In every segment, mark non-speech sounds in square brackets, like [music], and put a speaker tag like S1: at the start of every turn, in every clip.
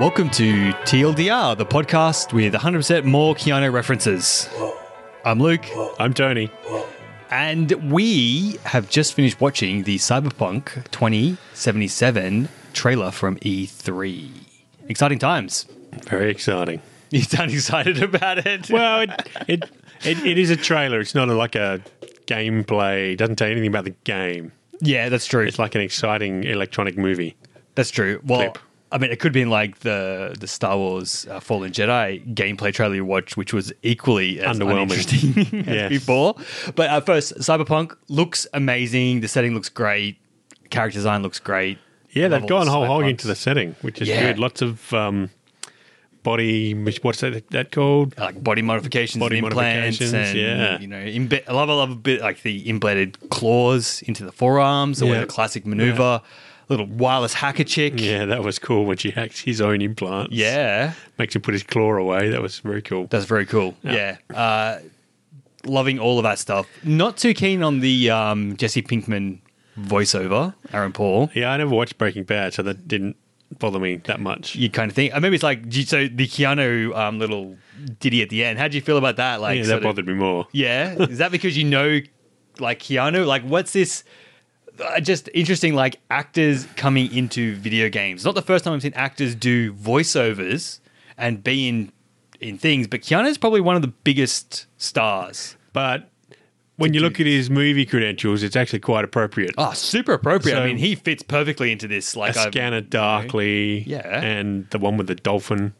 S1: Welcome to TLDR, the podcast with 100% more Keanu references. I'm Luke,
S2: I'm Tony.
S1: and we have just finished watching the Cyberpunk 2077 trailer from E3. Exciting times. [laughs]
S2: Very exciting.
S1: You sound excited about it.
S2: Well, it, it, it, it is a trailer. It's not a, like a gameplay. It doesn't tell you anything about the game.
S1: yeah, that's true.
S2: It's like an exciting electronic movie.
S1: That's true. Well,
S2: clip.
S1: I mean, it could have been like the the Star Wars uh, Fallen Jedi gameplay trailer you watched, which was equally as
S2: Underwhelming.
S1: uninteresting [laughs] as
S2: Yes.
S1: before. But uh, first, Cyberpunk looks amazing. The setting looks great. Character design looks great.
S2: Yeah, they've
S1: Love all
S2: gone
S1: the
S2: whole
S1: side
S2: hog
S1: parts.
S2: into the setting, which is
S1: Yeah.
S2: good. Lots of um, body. What's that, that called?
S1: like body modifications,
S2: Body
S1: and implants,
S2: modifications,
S1: and
S2: yeah.
S1: you know, imbe- I love, I love a bit like the embedded claws into the forearms, or
S2: Yeah.
S1: the classic maneuver, little wireless hacker chick.
S2: Yeah, that was cool when she hacks his own implants.
S1: yeah.
S2: Makes him put his claw away. That was very cool.
S1: That's very cool. Yeah. Uh, loving all of that stuff. Not too keen on the um, Jesse Pinkman voiceover, Aaron Paul.
S2: Yeah, I never watched Breaking Bad, so that didn't bother me that much.
S1: You kind of think, uh, maybe it's like, do you- so the Keanu um, little ditty at the end. How do you feel about that? Like,
S2: Yeah,
S1: sort
S2: that
S1: of-
S2: bothered me more.
S1: yeah. Is that because you know, like Keanu? Like, what's this? uh, Just interesting, like actors coming into video games. Not the first time I've seen actors do voiceovers and be in in things, but Keanu's probably one of the biggest stars.
S2: But when you look at his movie credentials, it's actually quite appropriate.
S1: Oh, super appropriate. I
S2: So-
S1: mean, he fits perfectly into this.
S2: a
S1: Like, I've-
S2: scanner darkly,
S1: Yeah.
S2: and the one with the dolphin,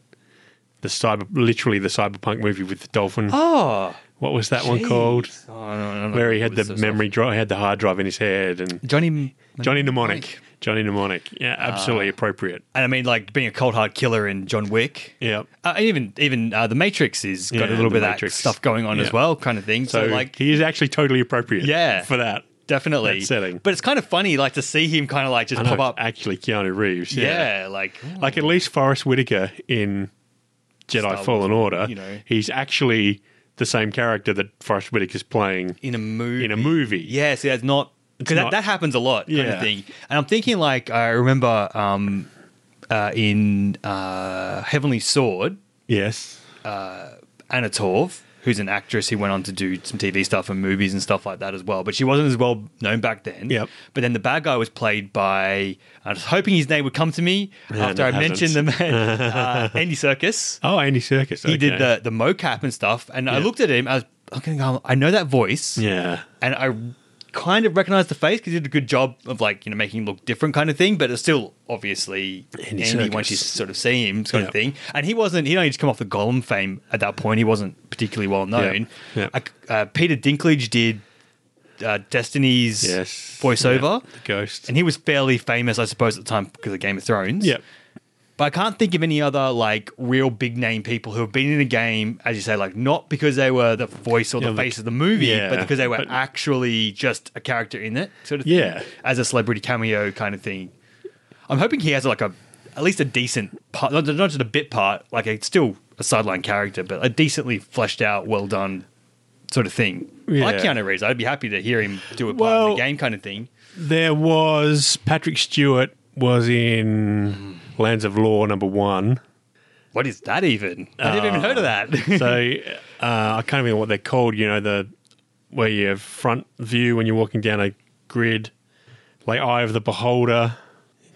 S2: the cyber, literally the cyberpunk movie with the dolphin.
S1: oh,
S2: what was that one
S1: jeez.
S2: called?
S1: Oh, no, no, no, no.
S2: Where he
S1: It
S2: had the
S1: was so
S2: memory drive, had the hard drive in his head, and
S1: soft. Johnny,
S2: Johnny Mnemonic, Johnny Mnemonic, yeah,
S1: Ah.
S2: absolutely appropriate.
S1: and I mean, like being a cold hard killer in John Wick.
S2: Yeah,
S1: Uh, even even uh, the Matrix is got a
S2: Yeah,
S1: little
S2: The
S1: bit of
S2: Matrix.
S1: that stuff going on
S2: Yeah.
S1: as well, kind of thing.
S2: so
S1: So, like,
S2: he is actually totally appropriate.
S1: Yeah.
S2: for that.
S1: definitely
S2: that setting.
S1: But it's kind of funny, like to see him kind of like just
S2: I know
S1: pop
S2: it's
S1: up.
S2: actually Keanu Reeves.
S1: yeah. like
S2: like at least Forrest Whitaker in Jedi
S1: Star Wars,
S2: Fallen Order,
S1: you know.
S2: he's actually the same character that Forrest Whitaker's playing
S1: in a movie.
S2: in a movie.
S1: Yeah, see, that's not because that,
S2: not-
S1: that happens a lot, kind of
S2: Yeah.
S1: thing. And I'm thinking, like, I remember um, uh, in uh, Heavenly Sword,
S2: Yes.
S1: Anna Torv, who's an actress who went on to do some TV stuff and movies and stuff like that as well. But she wasn't as well known back then.
S2: Yep.
S1: But then the bad guy was played by. I was hoping his name would come to me after I
S2: it hasn't.
S1: mentioned the man,
S2: [laughs]
S1: uh, Andy Circus.
S2: Oh, Andy Circus.
S1: He did the the mocap and stuff, and I
S2: Yeah.
S1: looked at him. I was looking. I know that voice
S2: Yeah.
S1: and I kind of recognized the face because he did a good job of like you know making him look different kind of thing, but it's still obviously
S2: Andy
S1: Andy, once you
S2: Serkis.
S1: sort of see him sort of
S2: Yeah.
S1: thing. And he wasn't he only just come off the Gollum fame at that point. He wasn't particularly well known.
S2: Yeah. Yeah.
S1: I c- uh, Peter Dinklage did uh, Destiny's
S2: Yes.
S1: voiceover,
S2: Yeah. The Ghost.
S1: and he was fairly famous, I suppose, at the time because of Game of Thrones.
S2: Yep.
S1: But I can't think of any other like real big name people who have been in a game, as you say, like not because they were the voice or the
S2: Yeah, but-
S1: face of the movie,
S2: yeah,
S1: but because they were
S2: but-
S1: actually just a character in it, sort of
S2: Yeah.
S1: thing, as a celebrity cameo kind of thing. I'm hoping he has like a at least a decent part, not, not just a bit part, like it's still a sideline character, but a decently fleshed out, well done sort of thing. I like
S2: Yeah.
S1: Keanu Reeves. I'd be happy to hear him do a part in
S2: Well-
S1: the game kind of thing.
S2: There was Patrick Stewart was in Lands of Law
S1: [laughs]
S2: number one.
S1: What is that even? I never even heard of that.
S2: So uh, [laughs] I can't remember what they're called. You know the where you have front view when you're walking down a grid, like Eye of the Beholder.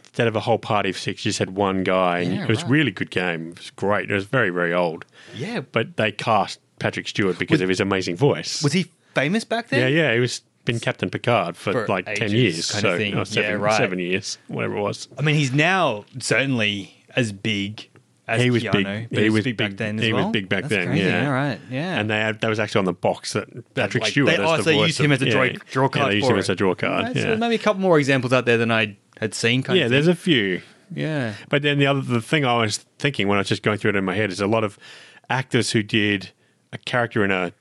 S2: Instead of a whole party of six, you just had one guy. and
S1: Yeah,
S2: it was
S1: right.
S2: really good game. It was great. It was very very old,
S1: [laughs] yeah, but
S2: but they cast Patrick Stewart because of his amazing voice.
S1: was he famous back then?
S2: yeah, yeah, he was been Captain Picard for,
S1: For
S2: like ten
S1: ages,
S2: years,
S1: kind of
S2: so
S1: thing.
S2: or seven,
S1: Yeah, right.
S2: seven years, whatever it was.
S1: I mean, he's now certainly as big as
S2: He was
S1: Keanu,
S2: big.
S1: but
S2: He was
S1: back
S2: big-
S1: then. As
S2: he was
S1: well?
S2: big back
S1: That's
S2: then,
S1: Crazy.
S2: yeah.
S1: All right. Yeah.
S2: And they had, that was actually on the box that Patrick
S1: Like,
S2: Stewart.
S1: they-
S2: as
S1: oh,
S2: the
S1: so they
S2: voice
S1: used him
S2: of-
S1: as a draw,
S2: yeah,
S1: draw
S2: yeah,
S1: card.
S2: they used
S1: for
S2: him
S1: it.
S2: as a draw card.
S1: Alright,
S2: yeah,
S1: so maybe a couple more examples out there than I had seen. Kind
S2: yeah.
S1: of
S2: There's a few.
S1: thing. yeah.
S2: But then the other the thing I was thinking when I was just going through it in my head is a lot of actors who did a character in a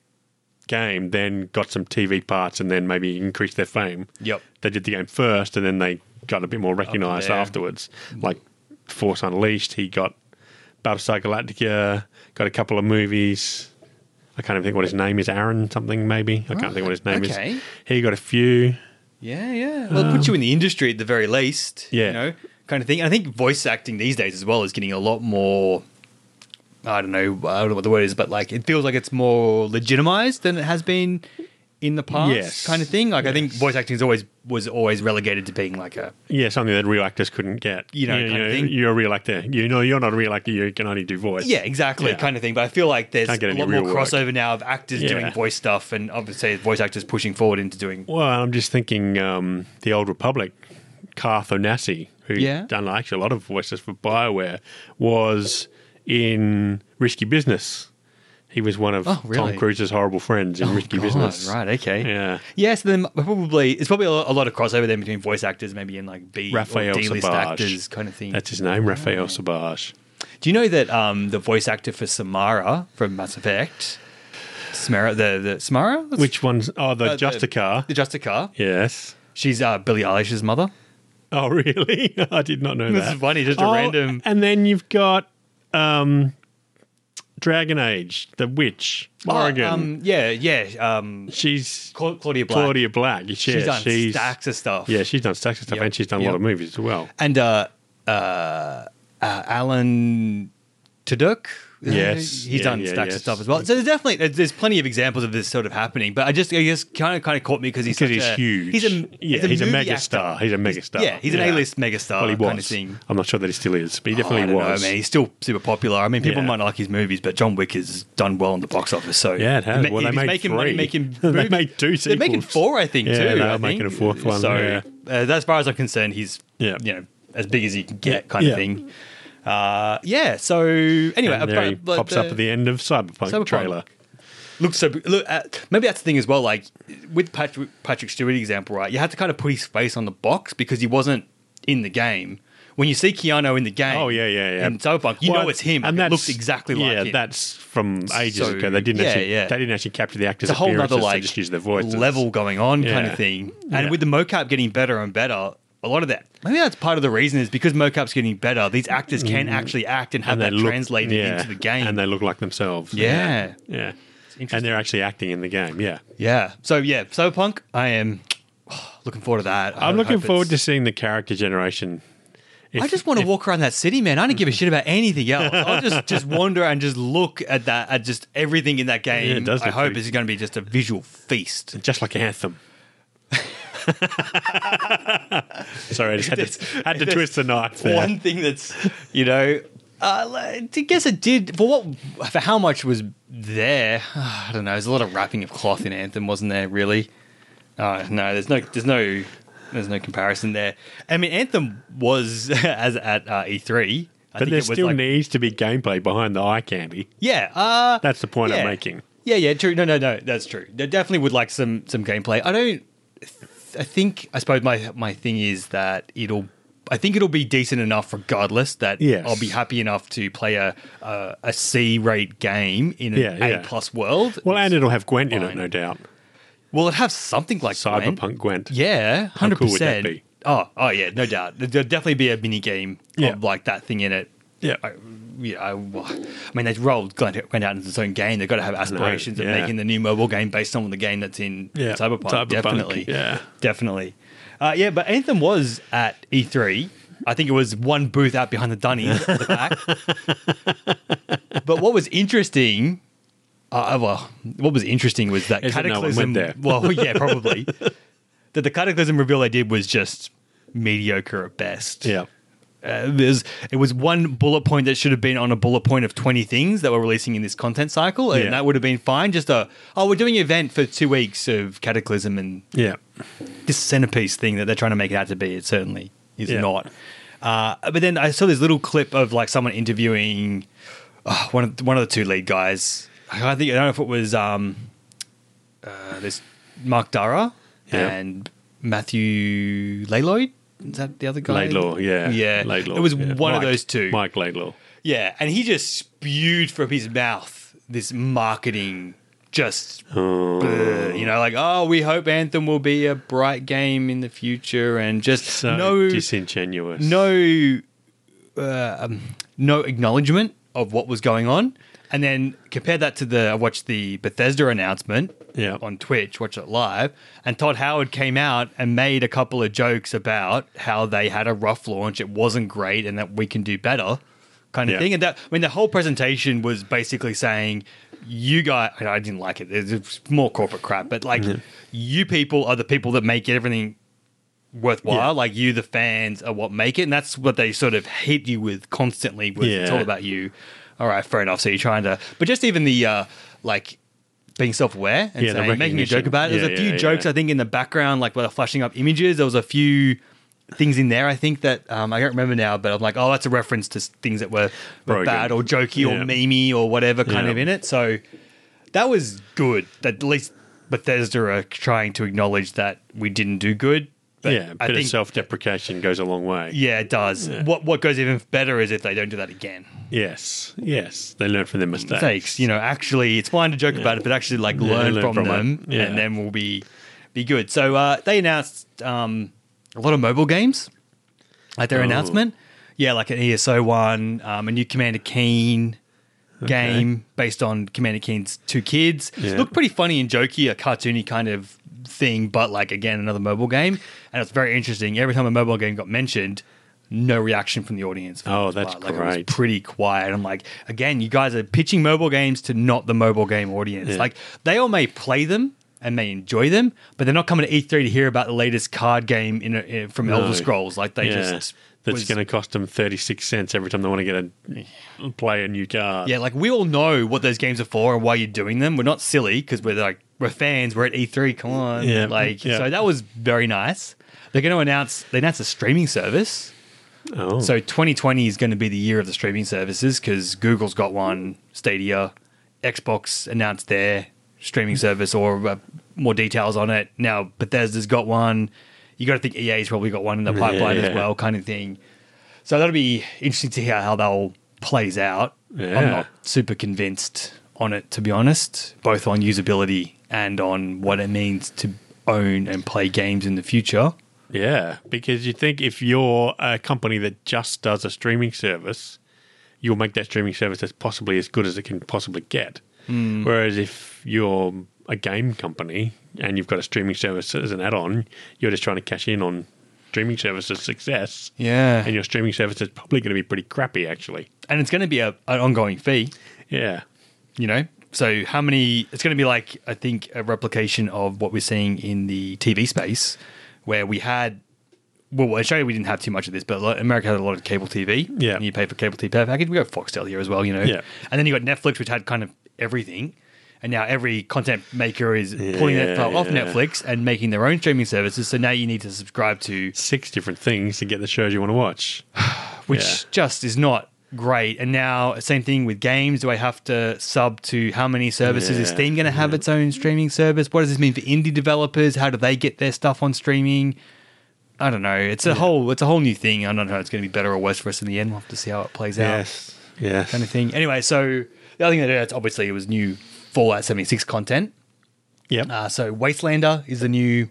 S2: game then got some TV parts and then maybe increased their fame.
S1: Yep.
S2: They did the game first and then they got a bit more recognised
S1: there.
S2: afterwards. Like Force Unleashed, he got Battlestar Galactica, got a couple of movies. I can't even think what his name is. Aaron something maybe. I can't think what his name
S1: okay.
S2: is. He got a few.
S1: Yeah, yeah. Well, it puts you in the industry at the very least.
S2: Uh. Yeah.
S1: You know, kind of thing. And I think voice acting these days as well is getting a lot more. I don't know. I don't know what the word is, but like it feels like it's more legitimized than it has been in the past,
S2: Yes.
S1: kind of thing. Like I think
S2: Yes.
S1: voice acting is always was always relegated to being like a
S2: Yeah, something that real actors couldn't get.
S1: You know, kind
S2: you
S1: of thing.
S2: you're a real actor. You know, you're not a real actor. You can only do voice.
S1: yeah, exactly
S2: Yeah.
S1: kind of thing. But I feel like there's
S2: Can't get
S1: a
S2: any
S1: lot more
S2: real work.
S1: crossover now of actors
S2: Yeah.
S1: doing voice stuff, and obviously voice actors pushing forward into doing
S2: Well, I'm just thinking um, the Old Republic, Karth Onassi, who
S1: Yeah.
S2: done actually a lot of voices for Bioware, was in Risky Business. He was one of
S1: Oh, really? Oh,
S2: Tom Cruise's horrible friends in Risky
S1: God,
S2: Business.
S1: Right. Okay.
S2: Yeah.
S1: Yes, then probably it's probably a lot, a lot of crossover there between voice actors, maybe in like B
S2: Raphael
S1: or D list
S2: Sabaj.
S1: actors kind of thing.
S2: That's his name, Raphael Sabaj.
S1: Do you know that um, the voice actor for Samara from Mass Effect, Samara, the the Samara, That's-
S2: Which one's? Oh, the
S1: uh,
S2: Justicar.
S1: the Justicar,
S2: yes.
S1: she's uh, Billie Eilish's mother.
S2: Oh, really? [laughs] I did not know
S1: This
S2: that.
S1: is funny, just a
S2: Oh,
S1: random-
S2: And then you've got um, Dragon Age, the witch, Oregon.
S1: Oh, um, yeah, yeah, um,
S2: she's
S1: Cla- Claudia Black.
S2: Claudia Black. Yeah,
S1: she's done
S2: she's,
S1: stacks of stuff.
S2: Yeah, she's done stacks of stuff,
S1: Yep,
S2: and she's done a lot of
S1: yep.
S2: movies as well.
S1: and uh, uh, uh, Alan Tudyk.
S2: Yes.
S1: he's
S2: Yeah,
S1: done
S2: yeah,
S1: stacks
S2: yes.
S1: of stuff as well. So there's definitely there's- there's plenty of examples of this sort of happening. But I just I guess kind of kind of caught me because he's
S2: Because
S1: such
S2: he's
S1: a-
S2: huge.
S1: He's a
S2: yeah, he's a
S1: movie
S2: mega
S1: actor.
S2: star. He's a mega star.
S1: Yeah, he's an A-list megastar
S2: Well, he was.
S1: kind of thing.
S2: I'm not sure that he still is, but he
S1: Oh, I
S2: definitely
S1: don't
S2: was.
S1: Know, man. He's still super popular. I mean, people
S2: Yeah.
S1: might not like his movies, but John Wick has done well in the box office. So
S2: Yeah, it has.
S1: He ma-
S2: Well, they
S1: he's
S2: made
S1: making
S2: three.
S1: money, making
S2: [laughs] They
S1: movies.
S2: made two
S1: They're making
S2: sequels.
S1: four, I think.
S2: Yeah,
S1: too.
S2: they are
S1: I think.
S2: making a fourth one,
S1: So
S2: yeah.
S1: uh, as far as I'm concerned, he's
S2: Yeah.
S1: you know as big as he can get, kind
S2: Yeah.
S1: of thing. Uh, yeah. So anyway,
S2: And there he
S1: but- but
S2: pops up at the end of Cyberpunk,
S1: Cyberpunk.
S2: trailer.
S1: looks so. Look, uh, maybe that's the thing as well. Like with Patrick, Patrick Stewart example, right? You had to kind of put his face on the box because he wasn't in the game. When you see Keanu in the game,
S2: Oh yeah, yeah, yeah.
S1: in Cyberpunk, you
S2: Well,
S1: know it's him, and it
S2: that's-
S1: looks exactly like
S2: yeah,
S1: him.
S2: that's from ages
S1: So,
S2: ago. They didn't
S1: yeah,
S2: actually,
S1: yeah.
S2: they didn't actually capture the actors.
S1: it's a whole
S2: appearances,
S1: nother
S2: they
S1: like
S2: just use their voices.
S1: level going on kind
S2: Yeah.
S1: of thing. And
S2: Yeah.
S1: with the mocap getting better and better, a lot of that maybe that's part of the reason is because mocap's getting better. These actors can actually act and have
S2: Mm-hmm. they
S1: that
S2: look-
S1: translated
S2: yeah,
S1: into the game.
S2: and they look like themselves.
S1: Yeah.
S2: yeah, and
S1: interesting.
S2: they're actually acting in the game. Yeah,
S1: yeah. So yeah, Cyberpunk. I am [sighs] looking forward to that. I
S2: I'm looking
S1: hope
S2: forward
S1: it's-
S2: to seeing the character generation. If-
S1: I just want to walk around that city, man. I don't give a shit about anything else. I'll just
S2: [laughs]
S1: just wander and just look at that at just everything in that game.
S2: Yeah, it does
S1: I
S2: look
S1: hope
S2: pretty-
S1: it's going to be just a visual feast.
S2: just
S1: [laughs]
S2: like Anthem. Sorry, I just had to,
S1: There's-
S2: had to
S1: there's
S2: twist the knife there.
S1: One thing that's you know, uh, like, I guess it did for what for how much was there. [sighs] I don't know. There's a lot of wrapping of cloth in Anthem, wasn't there? Really? Uh, no, there's no, there's no, there's no comparison there. I mean, Anthem was [laughs] as at uh, E3. I
S2: but
S1: think
S2: there
S1: it was
S2: still
S1: like-
S2: needs to be gameplay behind the eye candy.
S1: yeah. Uh,
S2: That's the point
S1: yeah.
S2: I'm making.
S1: Yeah, yeah, true. No, no, no, that's true. They definitely would like some some gameplay. I don't. I think. I suppose my my thing is that it'll. I think it'll be decent enough, regardless. That
S2: Yes.
S1: I'll be happy enough to play a a, a C rate game in an
S2: Yeah, yeah.
S1: A plus world.
S2: Well, and it'll have Gwent in it,
S1: fine.
S2: no doubt.
S1: will it have something like Gwent?
S2: Cyberpunk Gwent.
S1: Yeah, hundred
S2: cool would
S1: percent.
S2: that be?
S1: Oh, oh yeah, no doubt. There'll definitely be a mini game
S2: Yeah.
S1: of like that thing in it.
S2: Yeah.
S1: I, yeah, I, well, I mean, they've rolled Gwent Gwent out into its own game. They've got to have aspirations
S2: yeah.
S1: of making the new mobile game based on the game that's in
S2: Yeah,
S1: Cyberpunk.
S2: Cyberpunk,
S1: Definitely,
S2: yeah.
S1: definitely. Uh, yeah, but Anthem was at E3. I think it was one booth out behind the dunnies at the back.
S2: [laughs]
S1: but what was interesting, uh, well, what was interesting was that
S2: Is that no one
S1: Cataclysm.
S2: went there?
S1: Well, yeah,
S2: [laughs]
S1: probably. that the Cataclysm reveal they did was just mediocre at best.
S2: Yeah.
S1: Uh, there's, it was one bullet point that should have been on a bullet point of 20 things that we're releasing in this content cycle, and
S2: Yeah.
S1: that would have been fine. Just a, oh, we're doing an event for two weeks of Cataclysm and
S2: Yeah.
S1: this centerpiece thing that they're trying to make it out to be, it certainly is
S2: Yeah.
S1: not. Uh, but then I saw this little clip of like someone interviewing uh, one of one of the two lead guys. I think I don't know if it was um, uh, this Mark Dara
S2: Yeah.
S1: and Matthew Layloyd. Is that the other guy?
S2: Laidlaw, yeah.
S1: yeah.
S2: Laidlaw.
S1: It was
S2: yeah.
S1: one of
S2: Mike-
S1: those two.
S2: Mike Laidlaw.
S1: Yeah, and he just spewed from his mouth this marketing just bleh, you know like oh we hope Anthem will be a bright game in the future and just
S2: So
S1: no
S2: disingenuous.
S1: no uh, um, no acknowledgement of what was going on And then compare that to the I watched the Bethesda announcement
S2: Yeah.
S1: on Twitch, watch it live, and Todd Howard came out and made a couple of jokes about how they had a rough launch, it wasn't great, and that we can do better kind of
S2: Yeah.
S1: thing. And that I mean the whole presentation was basically saying you guys and I didn't like it. It's it's more corporate crap, but like you people are the people that make everything worthwhile.
S2: Yeah.
S1: Like you, the fans, are what make it, and that's what they sort of hit you with constantly. Was it's
S2: Yeah.
S1: all about you. All right, fair enough. So you're trying to, but just even the uh, like being self-aware and
S2: Yeah, the
S1: saying, making a joke
S2: recognition.
S1: about it. There's
S2: Yeah,
S1: a few
S2: yeah,
S1: jokes
S2: yeah.
S1: I think in the background, like where they're flashing up images. There was a few things in there I think that um, I don't remember now, but I'm like, oh, that's a reference to s- things that were, were
S2: Broken.
S1: bad or jokey
S2: Yeah.
S1: or memey or whatever kind
S2: Yeah.
S1: of in it. So that was good. That at least Bethesda are trying to acknowledge that we didn't do good. But
S2: yeah, a
S1: I
S2: bit of
S1: think
S2: self deprecation goes a long way.
S1: yeah, it does. What what goes even better is if they don't do that again.
S2: Yes, yes. They learn from their mistakes.
S1: Mistakes, you know. Actually, it's fine to joke about it, but actually, like learn,
S2: learn
S1: from,
S2: from
S1: them,
S2: it. Yeah.
S1: and then we'll be be good. So uh, they announced um, a lot of mobile games at their
S2: Oh.
S1: announcement. Yeah, like an ESO one, um, a new Commander Keen game based on Commander Keen's two kids.
S2: Yeah.
S1: Looked pretty funny and jokey, a cartoony kind of thing, but like again another mobile game, and it's very interesting. Every time a mobile game got mentioned, no reaction from the audience. for the
S2: Oh,
S1: most
S2: that's
S1: part. like, It was
S2: great.
S1: pretty quiet. I'm like, again, you guys are pitching mobile games to not the mobile game audience.
S2: Yeah.
S1: Like they all may play them. And may enjoy them, but they're not coming to E3 to hear about the latest card game in, in, from
S2: No.
S1: Elder Scrolls. Like they
S2: Yeah.
S1: just
S2: That's
S1: was-
S2: going to cost them 36 cents every time they want to get a play a new card.
S1: Yeah, like we all know what those games are for and why you're doing them. We're not silly because we're like we're fans. We're at E3. Come on,
S2: Yeah,
S1: Like
S2: yeah.
S1: so that was very nice. They're going to announce they announced a streaming service.
S2: Oh.
S1: So 2020 is going to be the year of the streaming services because Google's got one, Stadia, Xbox announced their streaming
S2: Hmm.
S1: service or uh, more details on it. Now Bethesda's got one. You got to think EA's probably got one in the pipeline as
S2: yeah.
S1: well, kind of thing. So that'll be interesting to hear how that all plays out. I'm
S2: Yeah.
S1: not super convinced on it, to be honest, both on usability and on what it means to own and play games in the future.
S2: Yeah, because you think if you're a company that just does a streaming service, you'll make that streaming service as possibly as good as it can possibly get. Whereas if you're a game company and you've got a streaming service as an add-on, you're just trying to cash in on streaming services success.
S1: Yeah.
S2: And your streaming service is probably going to be pretty crappy, actually.
S1: And it's going to be a, an ongoing fee.
S2: Yeah.
S1: you know so how many it's going to be like i think a replication of what we're seeing in the tv space where we had well australia we didn't have too much of this but a lot- america had a lot of cable tv
S2: Yeah.
S1: and you pay for cable tv package we got foxtel here as well you know
S2: Yeah.
S1: and then you got netflix which had kind of everything and now every content maker is pulling that file off
S2: Yeah.
S1: netflix and making their own streaming services so now you need to subscribe to
S2: Six different things to get the shows you want to watch.
S1: which
S2: Yeah.
S1: just is not great. And now, same thing with games. Do I have to sub to how many services? Is
S2: Yeah,
S1: Steam going to have its own streaming service? What does this mean for indie developers? How do they get their stuff on streaming? I don't know. It's a whole it's a whole new thing. I don't know. if It's going to be better or worse for us in the end. We'll have to see how it plays out
S2: Yes. Yes.
S1: kind of thing. Anyway, so the other thing that it's obviously it was new Fallout 76 content.
S2: Yep.
S1: Uh, so Wastelander is the new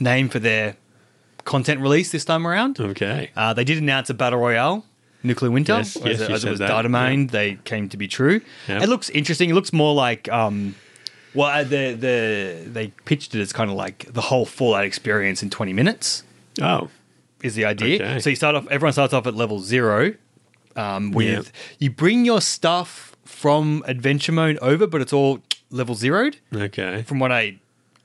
S1: name for their content release this time around.
S2: okay.
S1: Uh, they did announce a battle royale, Nuclear Winter,
S2: Yes,
S1: as,
S2: yes,
S1: it-
S2: you
S1: as it
S2: said
S1: was
S2: that,
S1: Datamined.
S2: yeah.
S1: They came to be true.
S2: Yeah.
S1: It looks interesting. It looks more like, um, well, uh, the the they pitched it as kind of like the whole Fallout experience in twenty minutes
S2: oh.
S1: is the idea.
S2: Okay.
S1: So you start off. Everyone starts off at level zero. Um, with
S2: Yeah.
S1: you bring your stuff from adventure mode over, but it's all level zeroed
S2: Okay.
S1: from what I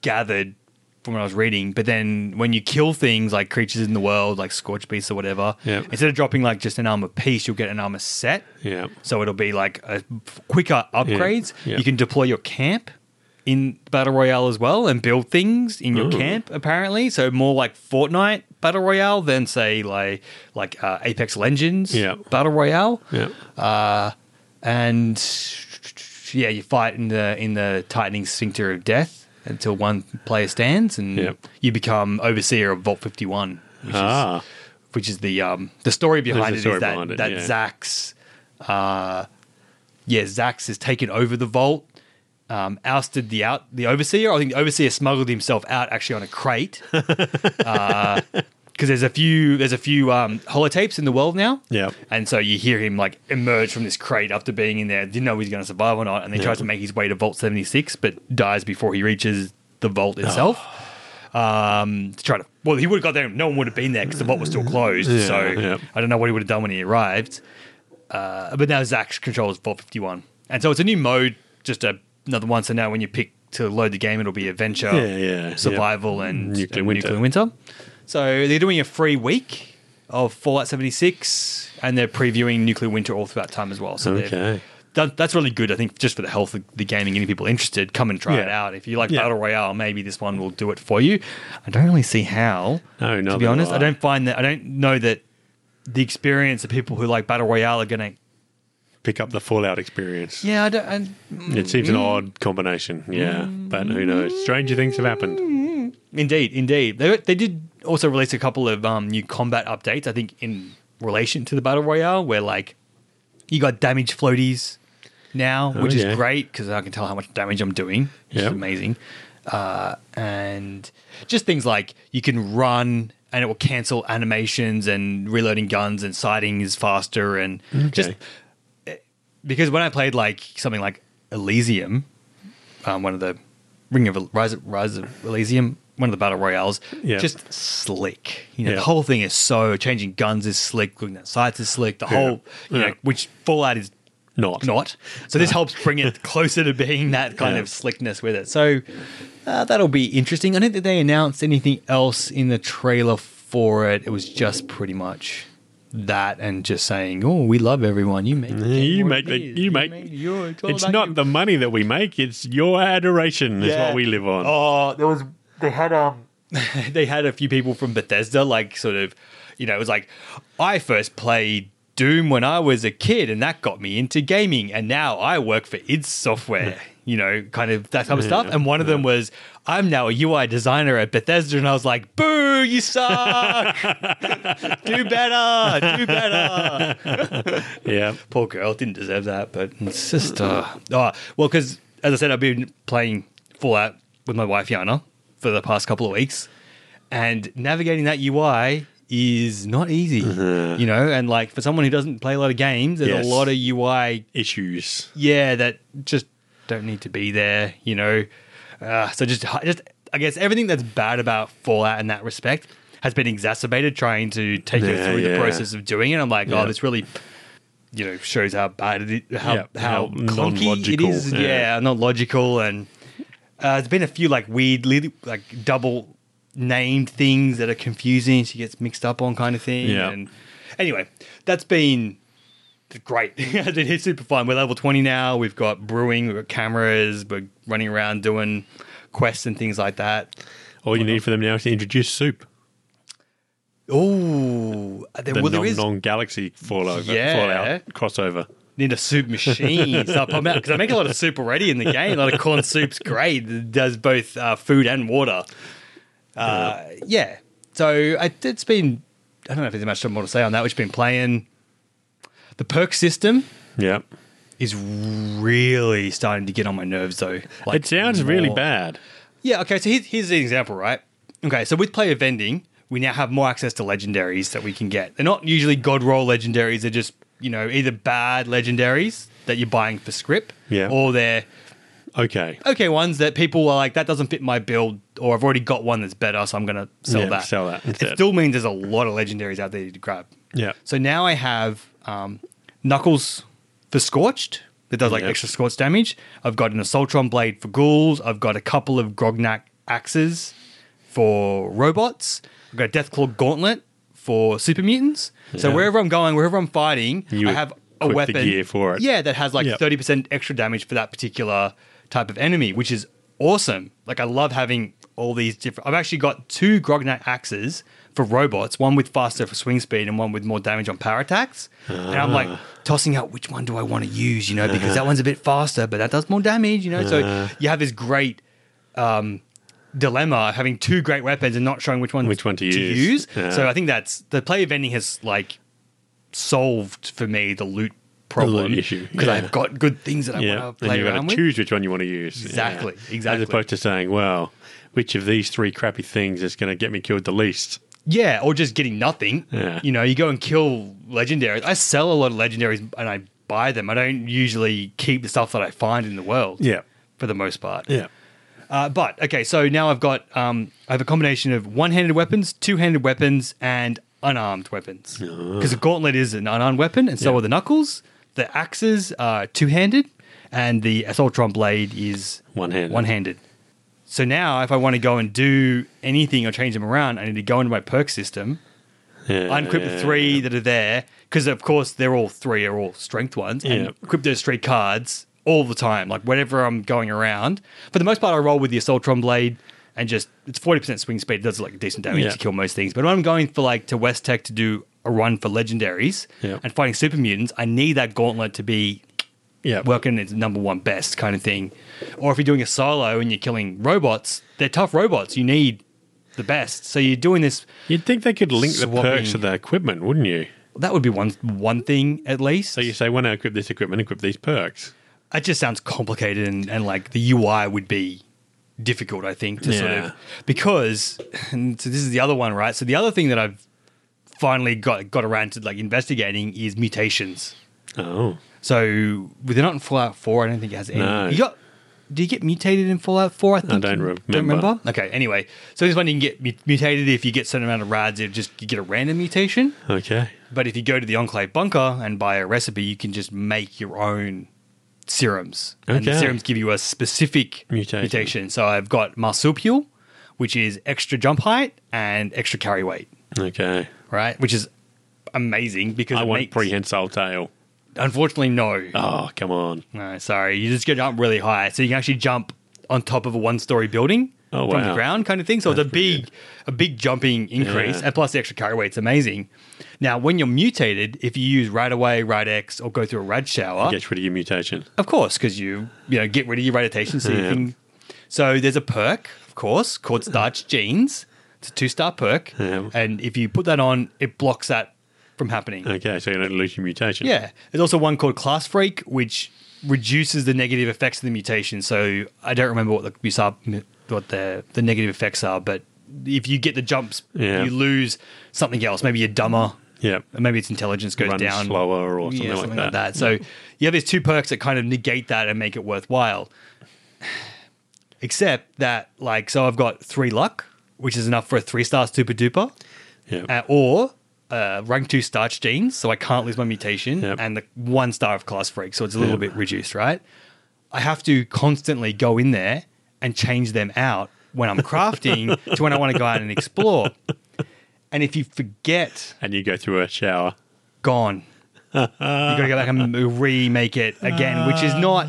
S1: gathered from what I was reading. But then when you kill things like creatures in the world, like scorch beasts or whatever,
S2: Yeah.
S1: instead of dropping like just an armor piece, you'll get an armor set.
S2: Yeah.
S1: So it'll be like a quicker upgrades.
S2: yeah.
S1: You can deploy your camp in battle royale as well and build things in your
S2: Ooh.
S1: camp apparently. So more like Fortnite battle royale than say like like uh, Apex Legends
S2: Yeah.
S1: battle royale
S2: Yeah.
S1: and yeah, you fight in the in the tightening sphincter of death until one player stands, and
S2: Yep.
S1: you become overseer of Vault Fifty One, which, is,
S2: ah.
S1: which is the um, the story behind
S2: the
S1: it is
S2: story
S1: that
S2: behind it,
S1: that
S2: yeah.
S1: Zax, uh, yeah, Zax has taken over the vault. Um, ousted the
S2: [laughs]
S1: out the overseer. I think the overseer smuggled himself out actually on a crate, uh, because there's a few there's a few um, holotapes in the world now.
S2: Yeah.
S1: And so you hear him like emerge from this crate after being in there, didn't know he's going to survive or not, and then tries to make his way to Vault 76, but dies before he reaches the vault itself. Um, to try to well, he would have got there. No one would have been there because the vault was still closed.
S2: Ah. Yeah,
S1: so
S2: yeah.
S1: I don't know what he would have done when he arrived. Uh, but now Zach controls Vault 51, and so it's a new mode, just a, another one. So now when you pick to load the game, it'll be adventure,
S2: Yeah, yeah, yeah.
S1: survival, and
S2: Nuclear
S1: and
S2: winter.
S1: nuclear winter. So they're doing a free week of Fallout 76, and they're previewing Nuclear Winter all throughout time as well. So they've-
S2: Okay.
S1: That, that's really good, I think, just for the health of the game and getting people interested. Come and try it
S2: Yeah.
S1: out. If you like
S2: Yeah.
S1: battle royale, maybe this one will do it for you. I don't really see how.
S2: No,
S1: to
S2: neither
S1: be
S2: do
S1: honest, I
S2: I.
S1: don't find that. I don't know that the experience of people who like battle royale are going to.
S2: Pick up the Fallout experience.
S1: Yeah, Mm. I don't. I,
S2: It seems an odd combination. Yeah.
S1: Mm.
S2: But who knows? Stranger things have happened.
S1: Indeed, indeed. They, they did also release a couple of um, new combat updates, I think, in relation to the Battle Royale, where like you got damage floaties now, which
S2: Oh, yeah.
S1: is great because I can tell how much damage I'm doing, which
S2: Yep.
S1: is amazing. Uh, and just things like you can run and it will cancel animations and reloading guns and sighting is faster and just
S2: Okay.
S1: because when I played like something like Elysium, um, one of the Ring of Rise of, Rise of Elysium, one of the battle royales,
S2: Yeah.
S1: just slick. You know,
S2: Yeah.
S1: the whole thing is so changing guns is slick, looking at sights is slick. The whole, you
S2: Yeah.
S1: know, which Fallout is
S2: Not.
S1: not. So this helps bring
S2: [laughs]
S1: it closer to being that kind
S2: Yeah.
S1: of slickness with it. So uh, that'll be interesting. I don't think they announced anything else in the trailer for it. It was just pretty much that and just saying, "Oh, we love everyone. You make the
S2: Yeah,
S1: game
S2: you
S1: what
S2: make
S1: it
S2: the-
S1: is.
S2: you make-
S1: your- all
S2: It's
S1: about
S2: not
S1: you."
S2: the money that we make, it's your adoration is
S1: Yeah.
S2: what we live on.
S1: Oh, there was they had um [laughs] they had a few people from Bethesda like sort of you know it was like I first played Doom when I was a kid and that got me into gaming and now I work for id Software you know kind of that type of stuff and one of them was I'm now a UI designer at Bethesda and I was like boo you suck do better do better
S2: Yeah.
S1: poor girl didn't deserve that but it's just uh oh well because as i said i've been playing fallout with my wife yana for the past couple of weeks and navigating that ui is not easy you know and like for someone who doesn't play a lot of games there's
S2: Yes.
S1: a lot of ui
S2: Issues.
S1: yeah that just don't need to be there you know uh, so just just i guess everything that's bad about fallout in that respect has been exacerbated trying to take you
S2: Yeah,
S1: through
S2: yeah.
S1: the process of doing it i'm like
S2: Yeah.
S1: oh this really you know shows how bad it is how
S2: Yeah, how
S1: how, clunky it
S2: non-logical,
S1: is
S2: yeah.
S1: yeah, not logical and uh, there's been a few like weird li- like double named things that are confusing she gets mixed up on kind of thing
S2: Yeah.
S1: and anyway that's been great. [laughs] it's super fun. We're level 20 now. We've got brewing, we've got cameras, we're running around doing quests and things like that.
S2: All you need for them now is to introduce soup.
S1: Oh, there,
S2: The
S1: well, there
S2: non,
S1: is
S2: non-galaxy fallover,
S1: Yeah.
S2: fallout crossover.
S1: need a soup machine. so I'm out because I make a lot of soup already in the game. A lot of corn soup's great. It does both uh, food and water. Uh, yeah. So I, it's been. I don't know if there's much more to say on that. We've been playing the perk system.
S2: Yeah.
S1: Is really starting to get on my nerves though. Like,
S2: it sounds really
S1: more-
S2: bad.
S1: Yeah, okay, so here's, here's an example, right? Okay, so with player vending, we now have more access to legendaries that we can get. They're not usually god roll legendaries, they're just, you know, either bad legendaries that you're buying for script,
S2: Yeah.
S1: or they're
S2: Okay.
S1: okay ones that people are like, that doesn't fit my build, or I've already got one that's better, so I'm going to sell
S2: Yeah,
S1: that.
S2: sell that
S1: It
S2: instead.
S1: still means there's a lot of legendaries out there to grab.
S2: Yeah.
S1: So now I have um, Knuckles for Scorched that does like
S2: Yeah.
S1: extra Scorched damage. I've got an Assaultron Blade for ghouls. I've got a couple of Grognak axes for robots. I've got a Deathclaw Gauntlet for super mutants. So
S2: Yeah.
S1: wherever I'm going, wherever I'm fighting,
S2: You
S1: I have a
S2: equip the
S1: weapon.
S2: gear for it.
S1: Yeah, that has like
S2: Yep.
S1: 30% extra damage for that particular type of enemy, which is awesome. Like, I love having all these different. I've actually got two Grognat axes for robots, one with faster for swing speed and one with more damage on power attacks. And I'm
S2: Ah.
S1: like tossing out which one do I want to use, you know, because
S2: Uh-huh.
S1: that one's a bit faster, but that does more damage, you know. So you have this great um, dilemma of having two great weapons and not showing which one
S2: Which one to use. Yeah.
S1: So I think that's the player vending has like solved for me the loot problem
S2: issue,
S1: because
S2: yeah.
S1: I've got good things that I
S2: Yeah.
S1: want to
S2: And
S1: play
S2: you've
S1: around
S2: got to
S1: with.
S2: choose which one you want to use. Yeah.
S1: Exactly, exactly.
S2: As opposed to saying, well, which of these three crappy things is going to get me killed the least?
S1: Yeah, or just getting nothing.
S2: Yeah.
S1: You know, you go and kill legendaries. I sell a lot of legendaries and I buy them. I don't usually keep the stuff that I find in the world.
S2: Yeah.
S1: For the most part.
S2: Yeah.
S1: Uh, but okay, so now I've got um, I have a combination of one-handed weapons, two-handed weapons, and unarmed weapons. Because the gauntlet is an unarmed weapon, and so
S2: Ah. Yeah.
S1: are the knuckles. The axes are two-handed, and the assaultron blade is
S2: One-handed.
S1: One-handed. So now, if I want to go and do anything or change them around, I need to go into my perk system,
S2: Yeah.
S1: unequip the three that are there, because of course they're all three are all strength ones,
S2: Yeah.
S1: and equip those three cards all the time. Like whenever I'm going around, for the most part, I roll with the Assaultron blade and just it's forty percent swing speed. It does like decent damage
S2: Yeah.
S1: to kill most things. But when I'm going for like to West Tech to do a run for legendaries
S2: Yeah.
S1: and fighting super mutants, I need that gauntlet to be
S2: Yeah.
S1: working its number one best kind of thing. Or if you're doing a solo and you're killing robots, they're tough robots. You need the best. So you're doing this.
S2: You'd think they could link the perks
S1: Swapping.
S2: to the equipment, wouldn't you?
S1: That would be one one thing at least.
S2: So you say, when I equip this equipment, equip these perks.
S1: it just sounds complicated and, and like the UI would be difficult, I think, to sort
S2: Yeah.
S1: of because and so this is the other one, right? So the other thing that I've finally got got around to like investigating is mutations.
S2: Oh.
S1: So well, they're not in Fallout Four. I don't think it has any.
S2: No.
S1: You got? Do you get mutated in Fallout Four? I think
S2: don't
S1: you-
S2: remember.
S1: Don't remember. Okay. Anyway, so this one you can get mu- mutated if you get certain amount of rads. It just you get a random mutation.
S2: Okay.
S1: But if you go to the Enclave bunker and buy a recipe, you can just make your own serums. And the
S2: Okay.
S1: serums give you a specific
S2: Mutation.
S1: mutation. So I've got marsupial, which is extra jump height and extra carry weight,
S2: Okay.
S1: right? Which is amazing because
S2: I
S1: it
S2: want
S1: makes-
S2: prehensile tail.
S1: unfortunately no.
S2: Oh, come on.
S1: No, sorry. You just get up really high. So you can actually jump on top of a one story building
S2: Oh,
S1: from
S2: wow.
S1: the ground kind of thing. So it's a big a big jumping increase.
S2: Yeah.
S1: And plus the extra carry weight's amazing. Now when you're mutated, if you use right away, right X, or go through a rad shower,
S2: Gets rid of your mutation.
S1: of course, because you you know get rid of your radiation so
S2: Yeah.
S1: you can so there's a perk, of course, called Starch Genes. It's a two star perk.
S2: Yeah.
S1: And if you put that on, it blocks that from happening.
S2: Okay, so you don't lose your mutation.
S1: Yeah. There's also one called Class Freak, which reduces the negative effects of the mutation. So I don't remember what the you saw- what the the negative effects are, but if you get the jumps,
S2: Yeah.
S1: you lose something else. Maybe you're dumber.
S2: Yeah.
S1: and Maybe its intelligence goes
S2: Runs
S1: down
S2: slower or something,
S1: yeah,
S2: like,
S1: something
S2: that.
S1: like that. So you have these two perks that kind of negate that and make it worthwhile. [sighs] Except that, like, so I've got three luck, which is enough for a three star super duper,
S2: Yeah.
S1: uh, or uh, rank two starch genes, so I can't lose my mutation,
S2: Yep.
S1: and the one star of class freak, so it's a little bit reduced, right? I have to constantly go in there and change them out when I'm crafting to when I want to go out and explore. And if you forget
S2: and you go through a shower.
S1: gone. you got to go back and remake it again, which is not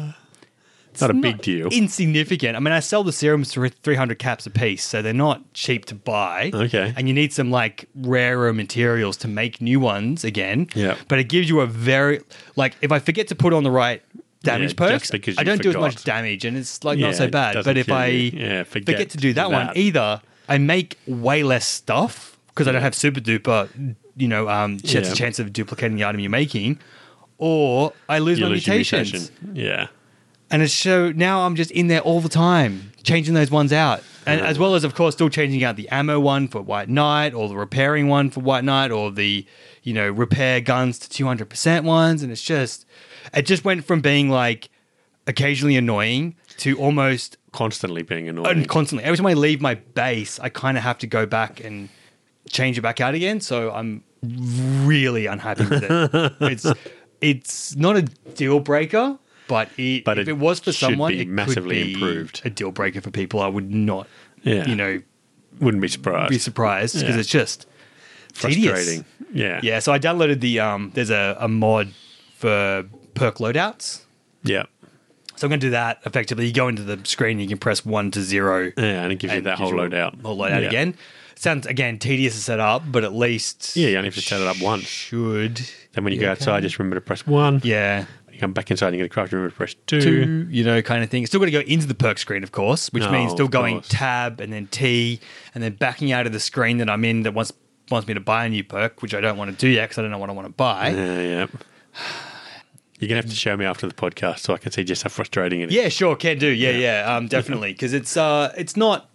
S2: It's not a
S1: it's
S2: big deal.
S1: Insignificant. I mean, I sell the serums for 300 caps a piece, so they're not cheap to buy.
S2: Okay.
S1: And you need some like rarer materials to make new ones again.
S2: Yeah.
S1: But it gives you a very like if I forget to put on the right damage
S2: just
S1: perks,
S2: because
S1: I
S2: you
S1: don't do as
S2: forgot.
S1: much damage, and it's like
S2: Yeah,
S1: not so
S2: it
S1: bad.
S2: doesn't
S1: But if
S2: kill
S1: I
S2: you. Yeah,
S1: forget,
S2: forget
S1: to do that, one
S2: that.
S1: either, I make way less stuff because I don't have super duper, you know, um, chance
S2: Yeah.
S1: chance of duplicating the item you're making, or I lose
S2: You
S1: my
S2: lose your
S1: mutations.
S2: mutation. Yeah.
S1: And it's so now I'm just in there all the time, changing those ones out. And as well as, of course, still changing out the ammo one for White Knight or the repairing one for White Knight or the, you know, repair guns to 200% ones. And it's just, it just went from being like occasionally annoying to almost
S2: Constantly being annoying.
S1: and constantly. Every time I leave my base, I kind of have to go back and change it back out again. So I'm really unhappy with
S2: [laughs]
S1: it. it's it's not a deal breaker, but it,
S2: But
S1: if
S2: it
S1: it was for
S2: should
S1: someone,
S2: be
S1: it could
S2: massively
S1: be
S2: improved.
S1: A deal breaker for people, I would not,
S2: Yeah.
S1: you know,
S2: Wouldn't be surprised.
S1: be surprised because
S2: Yeah.
S1: it's just Tedious.
S2: Frustrating. Yeah.
S1: Yeah, so I downloaded the um. There's a, a mod for perk loadouts.
S2: Yeah.
S1: So I'm going to do that effectively. You go into the screen, you can press one to zero.
S2: Yeah, and it gives you
S1: and
S2: that whole
S1: gives you
S2: loadout.
S1: Whole loadout
S2: Yeah.
S1: again. Sounds again tedious to set up, but at least
S2: Yeah, you only have to set it up once.
S1: Should
S2: Then when you
S1: Yeah,
S2: go outside, just remember to press one.
S1: yeah,
S2: You come back inside and you get a craft, remember to press two.
S1: two, you know, kind of thing. It's still going to go into the perk screen, of course, which
S2: No,
S1: means still
S2: of
S1: going
S2: course.
S1: tab and then T, and then backing out of the screen that I'm in that wants wants me to buy a new perk, which I don't want to do yet because I don't know what I want to buy.
S2: Yeah, yeah. You're gonna have to show me after the podcast so I can see just how frustrating it is. [laughs]
S1: Yeah, sure, can do. Yeah, yeah, um, definitely, because it's uh, it's not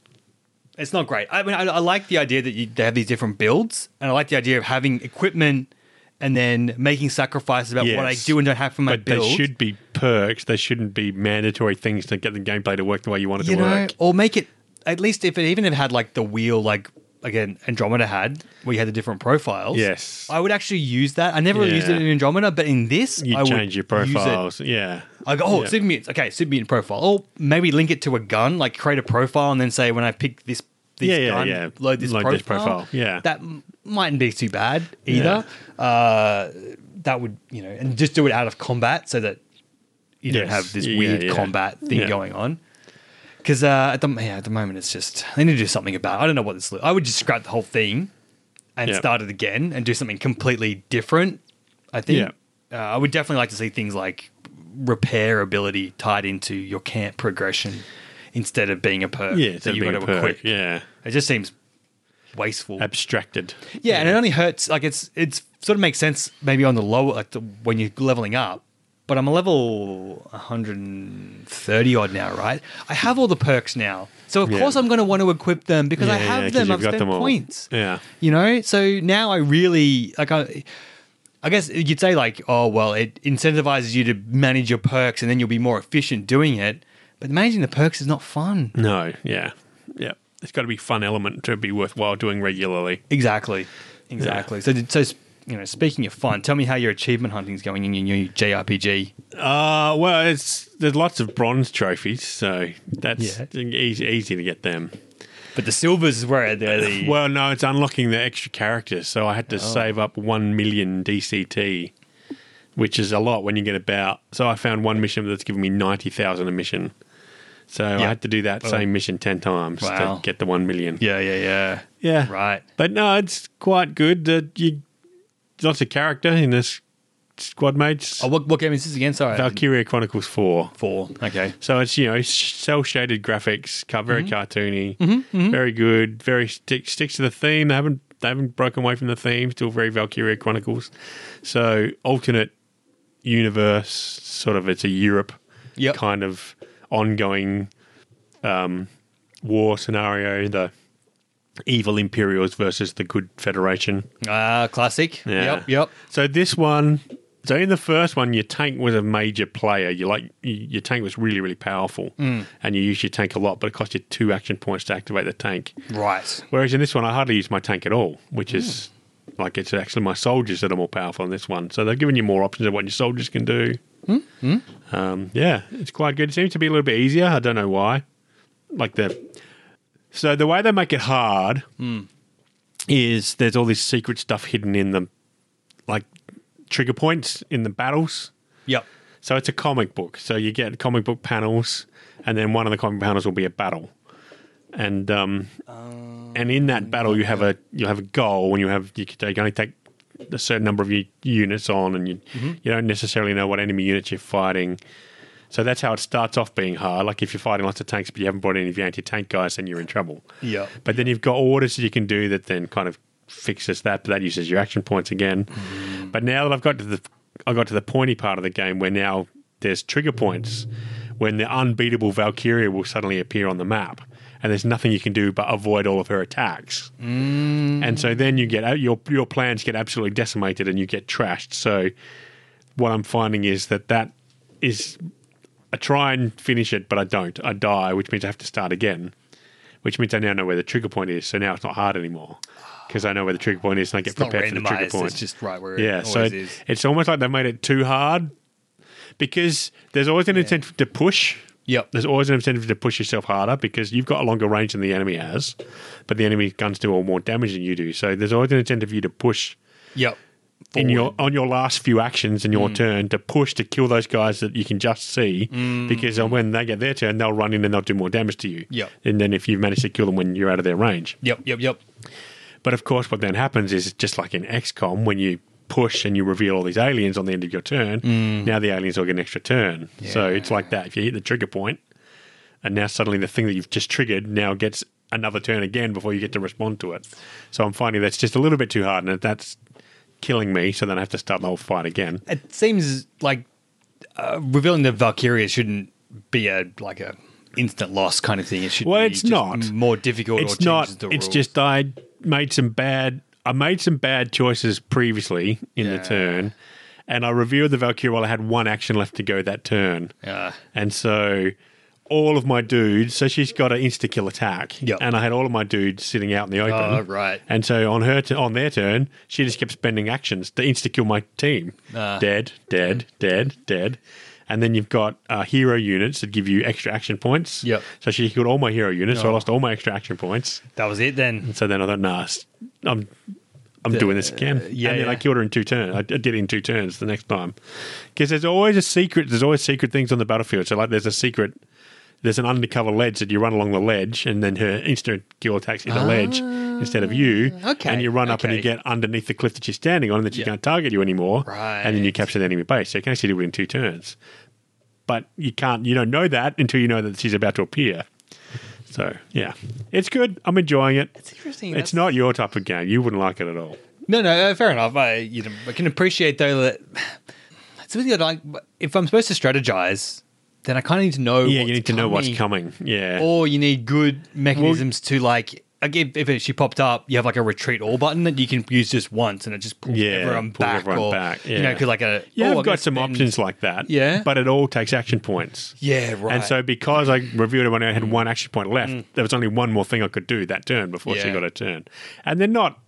S1: It's not great. I mean, I, I like the idea that you, they have these different builds, and I like the idea of having equipment and then making sacrifices about what I
S2: Yes.
S1: do and don't have for my
S2: but
S1: build.
S2: they should be perks. They shouldn't be mandatory things to get the gameplay to work the way you want it
S1: you
S2: to
S1: know,
S2: work.
S1: or make it at least if it even if it had like the wheel, like again Andromeda had, where you had the different profiles.
S2: Yes.
S1: I would actually use that. I never really used it
S2: Yeah.
S1: in Andromeda, but in this,
S2: You
S1: I would
S2: change your
S1: use it.
S2: profiles. Yeah.
S1: I go, oh,
S2: Yeah.
S1: super mutant. Okay, super mutant profile. Or maybe link it to a gun, like create a profile and then say when I pick this, this
S2: Yeah, yeah,
S1: gun,
S2: yeah.
S1: load this
S2: Load
S1: profile.
S2: this profile. Yeah.
S1: that m- mightn't be too bad either. Uh, that would you know, and just do it out of combat so that you don't
S2: Yes.
S1: have this
S2: Yeah,
S1: weird
S2: yeah.
S1: combat thing
S2: Yeah.
S1: going on. Because uh, at the yeah, at the moment it's just I need to do something about. It. I don't know what this. Look, I would just scrap the whole thing and
S2: Yeah.
S1: start it again and do something completely different. I think uh, I would definitely like to see things like repairability tied into your camp progression instead of being a perk
S2: Yeah.
S1: that
S2: that'd
S1: you
S2: be
S1: got
S2: a
S1: to
S2: perk.
S1: equip.
S2: Yeah.
S1: It just seems wasteful.
S2: Abstracted.
S1: Yeah, and it only hurts. Like it's it's sort of makes sense maybe on the lower like the, when you're leveling up. But I'm a level 130 odd now, right? I have all the perks now, so of
S2: Yeah.
S1: course I'm going to want to equip them because I
S2: Yeah, yeah,
S1: have
S2: 'cause
S1: them.
S2: you've
S1: I've
S2: got
S1: spent
S2: them all.
S1: points.
S2: Yeah.
S1: You know, so now I really like I. I guess you'd say like, oh well, it incentivizes you to manage your perks, and then you'll be more efficient doing it. But managing the perks is not fun.
S2: No. Yeah. Yeah. It's got to be fun element to be worthwhile doing regularly.
S1: Exactly, exactly. So, so s- you know, speaking of fun, tell me how your achievement hunting's going in your new JRPG.
S2: Uh, well, it's there's lots of bronze trophies, so that's
S1: Yeah.
S2: easy, easy to
S1: [sighs]
S2: get them.
S1: But the silvers is where they're the
S2: [laughs] Well, no, it's unlocking the extra characters, so I had
S1: Oh.
S2: to save up one million DCT, which is a lot when you get about. So I found one mission that's given me ninety thousand a mission, so I
S1: Yeah.
S2: had to do that same mission ten times
S1: Wow.
S2: to get the one million.
S1: yeah, yeah, yeah,
S2: Yeah.
S1: Right.
S2: But no, it's quite good that you lots of character in this squad mates.
S1: Oh, what, what game is this again? Sorry,
S2: Valkyria Chronicles Four.
S1: four. Okay.
S2: So it's you know cell shaded graphics, ca- very cartoony, very good, very stick, sticks to the theme. They haven't they haven't broken away from the theme. Still very Valkyria Chronicles. So alternate universe, sort of it's a Europe
S1: Yep.
S2: kind of ongoing um, war scenario. The evil Imperials versus the good Federation.
S1: Uh, classic.
S2: Yeah.
S1: Yep. Yep.
S2: So this one, so in the first one, your tank was a major player. You like you, your tank was really really powerful, and you used your tank a lot, but it cost you two action points to activate the tank.
S1: Right.
S2: Whereas in this one, I hardly use my tank at all, which is like it's actually my soldiers that are more powerful in this one. So they've given you more options of what your soldiers can do. Um, yeah, it's quite good. It seems to be a little bit easier. I don't know why. Like the so the way they make it hard is there's all this secret stuff hidden in the like trigger points in the battles.
S1: Yep.
S2: So it's a comic book. So you get comic book panels, and then one of the comic panels will be a battle, and um, and in that battle you have a you have a goal, and you have you, can- you can only take a certain number of your units on, and you you don't necessarily know what enemy units you're fighting. So that's how it starts off being hard. Like if you're fighting lots of tanks, but you haven't brought any of your anti-tank guys, then you're in trouble.
S1: Yep.
S2: But then you've got orders that you can do that then kind of fixes that, but that uses your action points again. But now that I've got to the I got to the pointy part of the game where now there's trigger points when the unbeatable Valkyria will suddenly appear on the map. And there's nothing you can do but avoid all of her attacks. Mm. And so then you get your your plans get absolutely decimated and you get trashed. So what I'm finding is that that is I try and finish it, but I don't. I die, which means I have to start again, which means I now know where the trigger point is. So now it's not hard anymore because I know where the trigger point is and I get
S1: It's not
S2: prepared for the trigger
S1: randomized.
S2: point.
S1: It's just right where
S2: yeah,
S1: it
S2: so
S1: always
S2: it-
S1: is.
S2: it's almost like they made it too hard because there's always an incentive to push.
S1: Yep.
S2: There's always an incentive to push yourself harder because you've got a longer range than the enemy has, but the enemy's guns do all more damage than you do. So there's always an incentive for you to push
S1: Yep.
S2: in your
S1: Forward. Mm.
S2: on your last few actions in your turn to push to kill those guys that you can just see
S1: Mm.
S2: because when they get their turn they'll run in and they'll do more damage to you.
S1: Yep.
S2: And then if you've managed to kill them when you're out of their range.
S1: Yep. Yep. Yep.
S2: But of course what then happens is just like in XCOM when you push and you reveal all these aliens on the end of your turn, now the aliens all get an extra turn. So it's like that. If you hit the trigger point and now suddenly the thing that you've just triggered now gets another turn again before you get to respond to it. So I'm finding that's just a little bit too hard and that's killing me, so then I have to start the whole fight again.
S1: It seems like uh, revealing the Valkyria shouldn't be a like a instant loss kind of thing. It should
S2: Well,
S1: be
S2: it's
S1: just
S2: not.
S1: more difficult or
S2: it's
S1: changes
S2: not.
S1: the
S2: It's
S1: rules.
S2: just I made some bad. I made some bad choices previously in
S1: Yeah.
S2: the turn, and I revealed the Valkyrie while I had one action left to go that turn.
S1: Yeah.
S2: And so all of my dudes. So she's got an insta kill attack.
S1: Yep.
S2: And I had all of my dudes sitting out in the open.
S1: Oh, right.
S2: And so on her t- on their turn, she just kept spending actions to insta kill my team.
S1: Ah.
S2: dead, dead, dead, dead. And then you've got uh, hero units that give you extra action points.
S1: Yep.
S2: So she killed all my hero units, so I
S1: Oh.
S2: lost all my extra action points.
S1: That was it then.
S2: And so then I thought, nah, s- I'm I'm doing this again.
S1: uh, yeah,
S2: and then I
S1: yeah.
S2: killed her in two turns. I I did it in two turns the next time. Because there's always a secret. There's always secret things on the battlefield. So like, there's a secret. There's an undercover ledge that you run along the ledge, and then her instant kill attacks hit the ledge instead of you.
S1: Ah, okay,
S2: And you run up and you
S1: okay.
S2: get underneath the cliff that you're standing on, and that she
S1: Yeah.
S2: can't target you anymore. And then you
S1: Right.
S2: capture the enemy base. So you can actually do it in two turns. But you can't. You don't know that until you know that she's about to appear. So yeah, it's good. I'm enjoying it.
S1: It's interesting.
S2: It's not your type of game. You wouldn't like it at all.
S1: No, no, uh, fair enough. I, you know, I can appreciate though that [sighs] it's really like if I'm supposed to strategize, then I kind of need to know.
S2: Yeah,
S1: what's
S2: you need to know what's coming. Yeah.
S1: or you need good mechanisms to like. Again, if it- she popped up, you have like a retreat all button that you can use just once, and it just pulls
S2: Yeah,
S1: everyone
S2: pulls
S1: back.
S2: everyone
S1: or,
S2: back,
S1: You know,
S2: yeah.
S1: because like a
S2: yeah,
S1: oh,
S2: I've
S1: I'm gonna
S2: got some
S1: spend-
S2: options like that.
S1: Yeah.
S2: But it all takes action points.
S1: Yeah, right.
S2: And so because I reviewed it when I had one action point left, there was only one more thing I could do that turn before she
S1: Yeah.
S2: got her turn. And they're not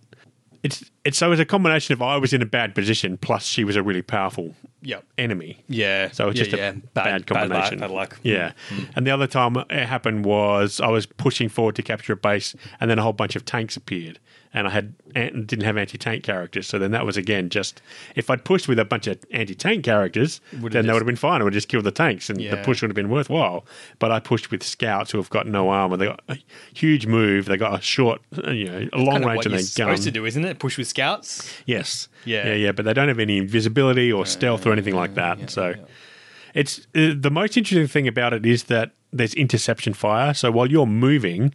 S2: it's it's so it's a combination of I was in a bad position plus she was a really powerful
S1: Yep.
S2: enemy.
S1: yeah,
S2: So it's
S1: yeah,
S2: just a
S1: yeah.
S2: bad, combination.
S1: Bad, luck. Mm.
S2: Yeah. And the other time it happened was I was pushing forward to capture a base, and then a whole bunch of tanks appeared, and I had and didn't have anti tank characters. So then that was again just if I'd pushed with a bunch of anti tank characters,
S1: Would've
S2: then that
S1: just-
S2: would have been fine. I would just kill the tanks, and the
S1: Yeah.
S2: push would have been worthwhile. But I pushed with scouts who have got no armor. They got a huge move. They got a short, you know, a long
S1: Kind of
S2: range
S1: what
S2: and
S1: you're
S2: they gun.
S1: supposed to do, isn't it? Push with scouts.
S2: Yes.
S1: Yeah.
S2: Yeah, yeah, but they don't have any invisibility or stealth or anything like that. so it's uh, the most interesting thing about it is that there's interception fire. So while you're moving,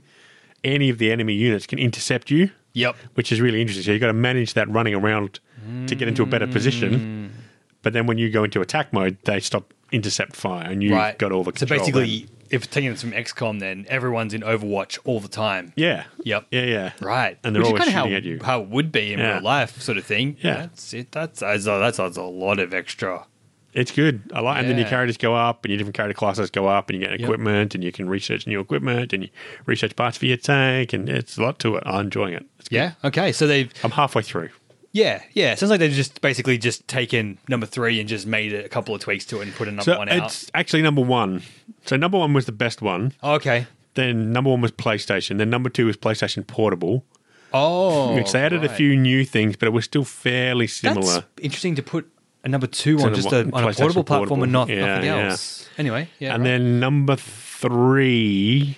S2: any of the enemy units can intercept you,
S1: Yep.
S2: which is really interesting. So you've got to manage that running around to get into a better position.
S1: Mm.
S2: But then when you go into attack mode, they stop intercept fire and you've
S1: right.
S2: got all the
S1: So
S2: control
S1: basically,
S2: then.
S1: if taking it from XCOM, then everyone's in Overwatch all the time.
S2: Yeah.
S1: Yep.
S2: Yeah, yeah.
S1: Right.
S2: And they're
S1: Which is
S2: always
S1: kinda
S2: shooting
S1: how,
S2: at you.
S1: How it would be in
S2: Yeah.
S1: real life, sort of thing.
S2: Yeah.
S1: That's it. That's that's a, that's a lot of extra.
S2: It's good. I like, and then your
S1: Yeah.
S2: characters go up, and your different character classes go up, and you get equipment, and you can research new equipment, and you research parts for your tank, and it's a lot to it. I'm enjoying it. It's good.
S1: Yeah. Okay. So they've
S2: I'm halfway through.
S1: yeah yeah. Sounds like they've just basically just taken number three and just made a couple of tweaks to it and put another
S2: So
S1: one out.
S2: it's actually number one. So number one was the best one.
S1: Oh, Okay.
S2: Then number one was PlayStation. Then number two was PlayStation Portable.
S1: Oh.
S2: Which they added a
S1: right.
S2: few new things, but it was still fairly
S1: That's
S2: similar.
S1: interesting to put a number two
S2: So
S1: on
S2: the
S1: just
S2: one-
S1: a, on a
S2: PlayStation
S1: portable platform
S2: portable.
S1: and not
S2: Yeah,
S1: nothing
S2: yeah.
S1: else. Anyway. Yeah.
S2: and
S1: right.
S2: then number three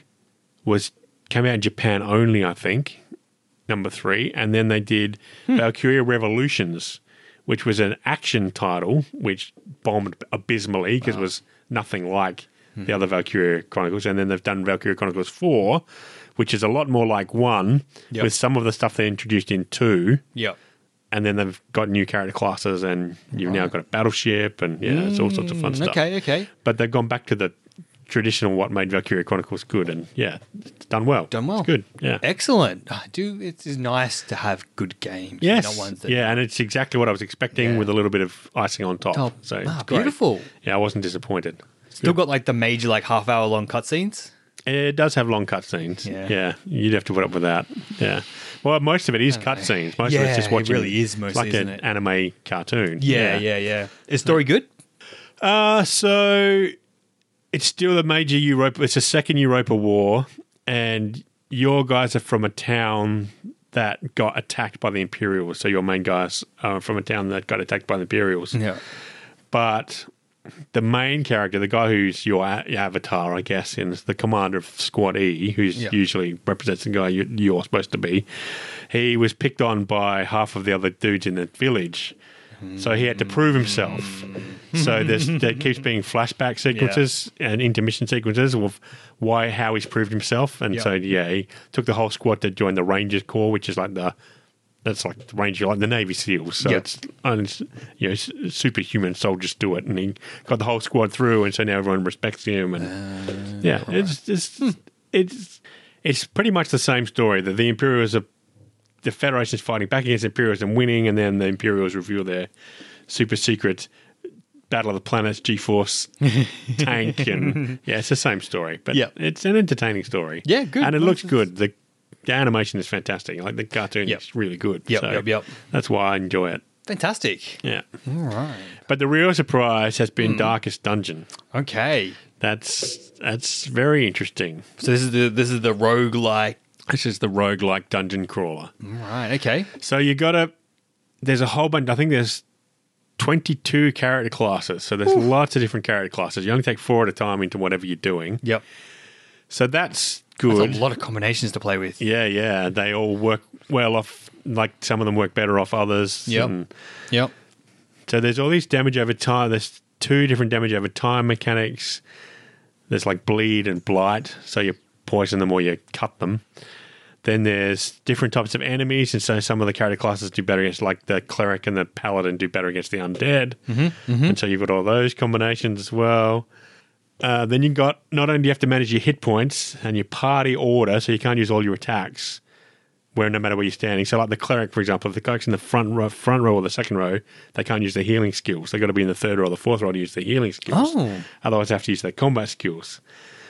S2: was came out in Japan only, I think. Number three, and then they did
S1: Hmm.
S2: Valkyria Revolutions, which was an action title which bombed abysmally because it was nothing like
S1: Hmm.
S2: the other Valkyria Chronicles. And then they've done Valkyria Chronicles Four, which is a lot more like one
S1: Yep.
S2: with some of the stuff they introduced in two.
S1: Yep.
S2: And then they've got new character classes, and you've now got a battleship, and yeah, it's all sorts of fun stuff
S1: Mm, Hmm, Okay. Okay.
S2: but they've gone back to the traditional what made Valkyria Chronicles good, and yeah, it's done well.
S1: Done well.
S2: It's good. Yeah.
S1: Excellent. I do. It is nice to have good games.
S2: Yes.
S1: Not ones that
S2: yeah, and it's exactly what I was expecting
S1: Yeah.
S2: with a little bit of icing on top.
S1: Top.
S2: So
S1: Ah,
S2: it's great.
S1: beautiful.
S2: Yeah, I wasn't disappointed.
S1: Still got like the major like half hour long cutscenes.
S2: It does have long cutscenes.
S1: Yeah.
S2: yeah, you'd have to put up with that. Yeah, well, most of it is cutscenes. Most of
S1: Yeah,
S2: it's just
S1: it
S2: watching.
S1: really is
S2: it's
S1: mostly,
S2: like
S1: isn't
S2: an
S1: it?
S2: anime cartoon.
S1: Yeah, yeah, yeah. Is story good?
S2: Uh, so it's still the major Europa. It's the second Europa War, and your guys are from a town that got attacked by the Imperials. So your main guys are from a town that got attacked by the Imperials.
S1: Yeah.
S2: But the main character, the guy who's your, a- your avatar, I guess, and is the commander of Squad E, who's
S1: Yeah.
S2: usually represents the guy you, you're supposed to be, he was picked on by half of the other dudes in the village. So he had to prove himself.
S1: [laughs]
S2: So there's, there keeps being flashback sequences and intermission sequences of why how he's proved himself. And
S1: Yeah.
S2: so yeah, he took the whole squad to join the Rangers Corps, which is like the that's like the range you like the Navy SEALs. So
S1: Yeah.
S2: it's only s- you know s- superhuman soldiers do it, and he got the whole squad through, and so now everyone respects him. And
S1: Ah,
S2: yeah, it's it's it's it's pretty much the same story that the Imperials are the Federation's fighting back against the Imperials and winning, and then the Imperials reveal their super secret Battle of the Planets
S1: [laughs]
S2: G Force tank, and yeah, it's the same story, but
S1: Yeah.
S2: it's an entertaining story.
S1: Yeah, good.
S2: and it
S1: No,
S2: looks
S1: it's-
S2: good. The, the animation is fantastic. Like the cartoon
S1: Yep.
S2: is really good.
S1: Yep, yep, yep.
S2: That's why I enjoy it.
S1: Fantastic.
S2: Yeah,
S1: All right.
S2: but the real surprise has
S1: Hmm.
S2: been Darkest Dungeon.
S1: Okay.
S2: That's that's very interesting.
S1: So this is the this is the roguelike.
S2: This is the roguelike dungeon crawler.
S1: All right. Okay.
S2: So you got to. There's a whole bunch. I think there's 22 character classes. So there's lots of different character classes. You only take four at a time into whatever you're doing.
S1: Yep.
S2: So that's
S1: There's
S2: good.
S1: a lot of combinations to play with.
S2: yeah, yeah. They all work well off. Like some of them work better off others.
S1: Yep.
S2: And
S1: Yep.
S2: So there's all these damage over time. There's two different damage over time mechanics. There's like bleed and blight. So you poison them or you cut them. Then there's different types of enemies, and so some of the character classes do better against, like the cleric and the paladin, do better against the undead. And so you've got all those combinations as well. Uh, then you got not only do you have to manage your hit points and your party order, so you can't use all your attacks, where no matter where you're standing. So, like the cleric, for example, if the cleric's in the front row, front row or the second row, they can't use their healing skills. They've got to be in the third row or the fourth row to use their healing skills.
S1: Oh.
S2: Otherwise, they have to use their combat skills.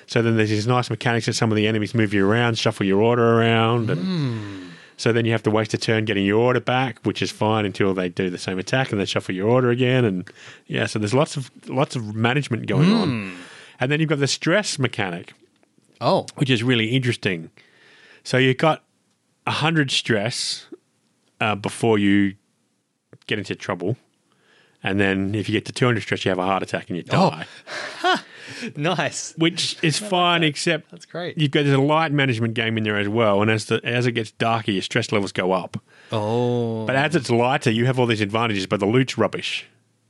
S2: So then there's these nice mechanics that some of the enemies move you around, shuffle your order around, and so then you have to waste a turn getting your order back, which is fine until they do the same attack and then shuffle your order again. And yeah, so there's lots of lots of management going on. And then you've got the stress mechanic,
S1: Oh.
S2: which is really interesting. So you've got hundred stress uh, before you get into trouble, and then if you get to two hundred stress, you have a heart attack and you
S1: Oh.
S2: die,
S1: Nice. [laughs]
S2: which is fine. Except
S1: That's great.
S2: you've got there's a light management game in there as well. And as the as it gets darker, your stress levels go up.
S1: Oh.
S2: But as it's lighter, you have all these advantages, but the loot's rubbish.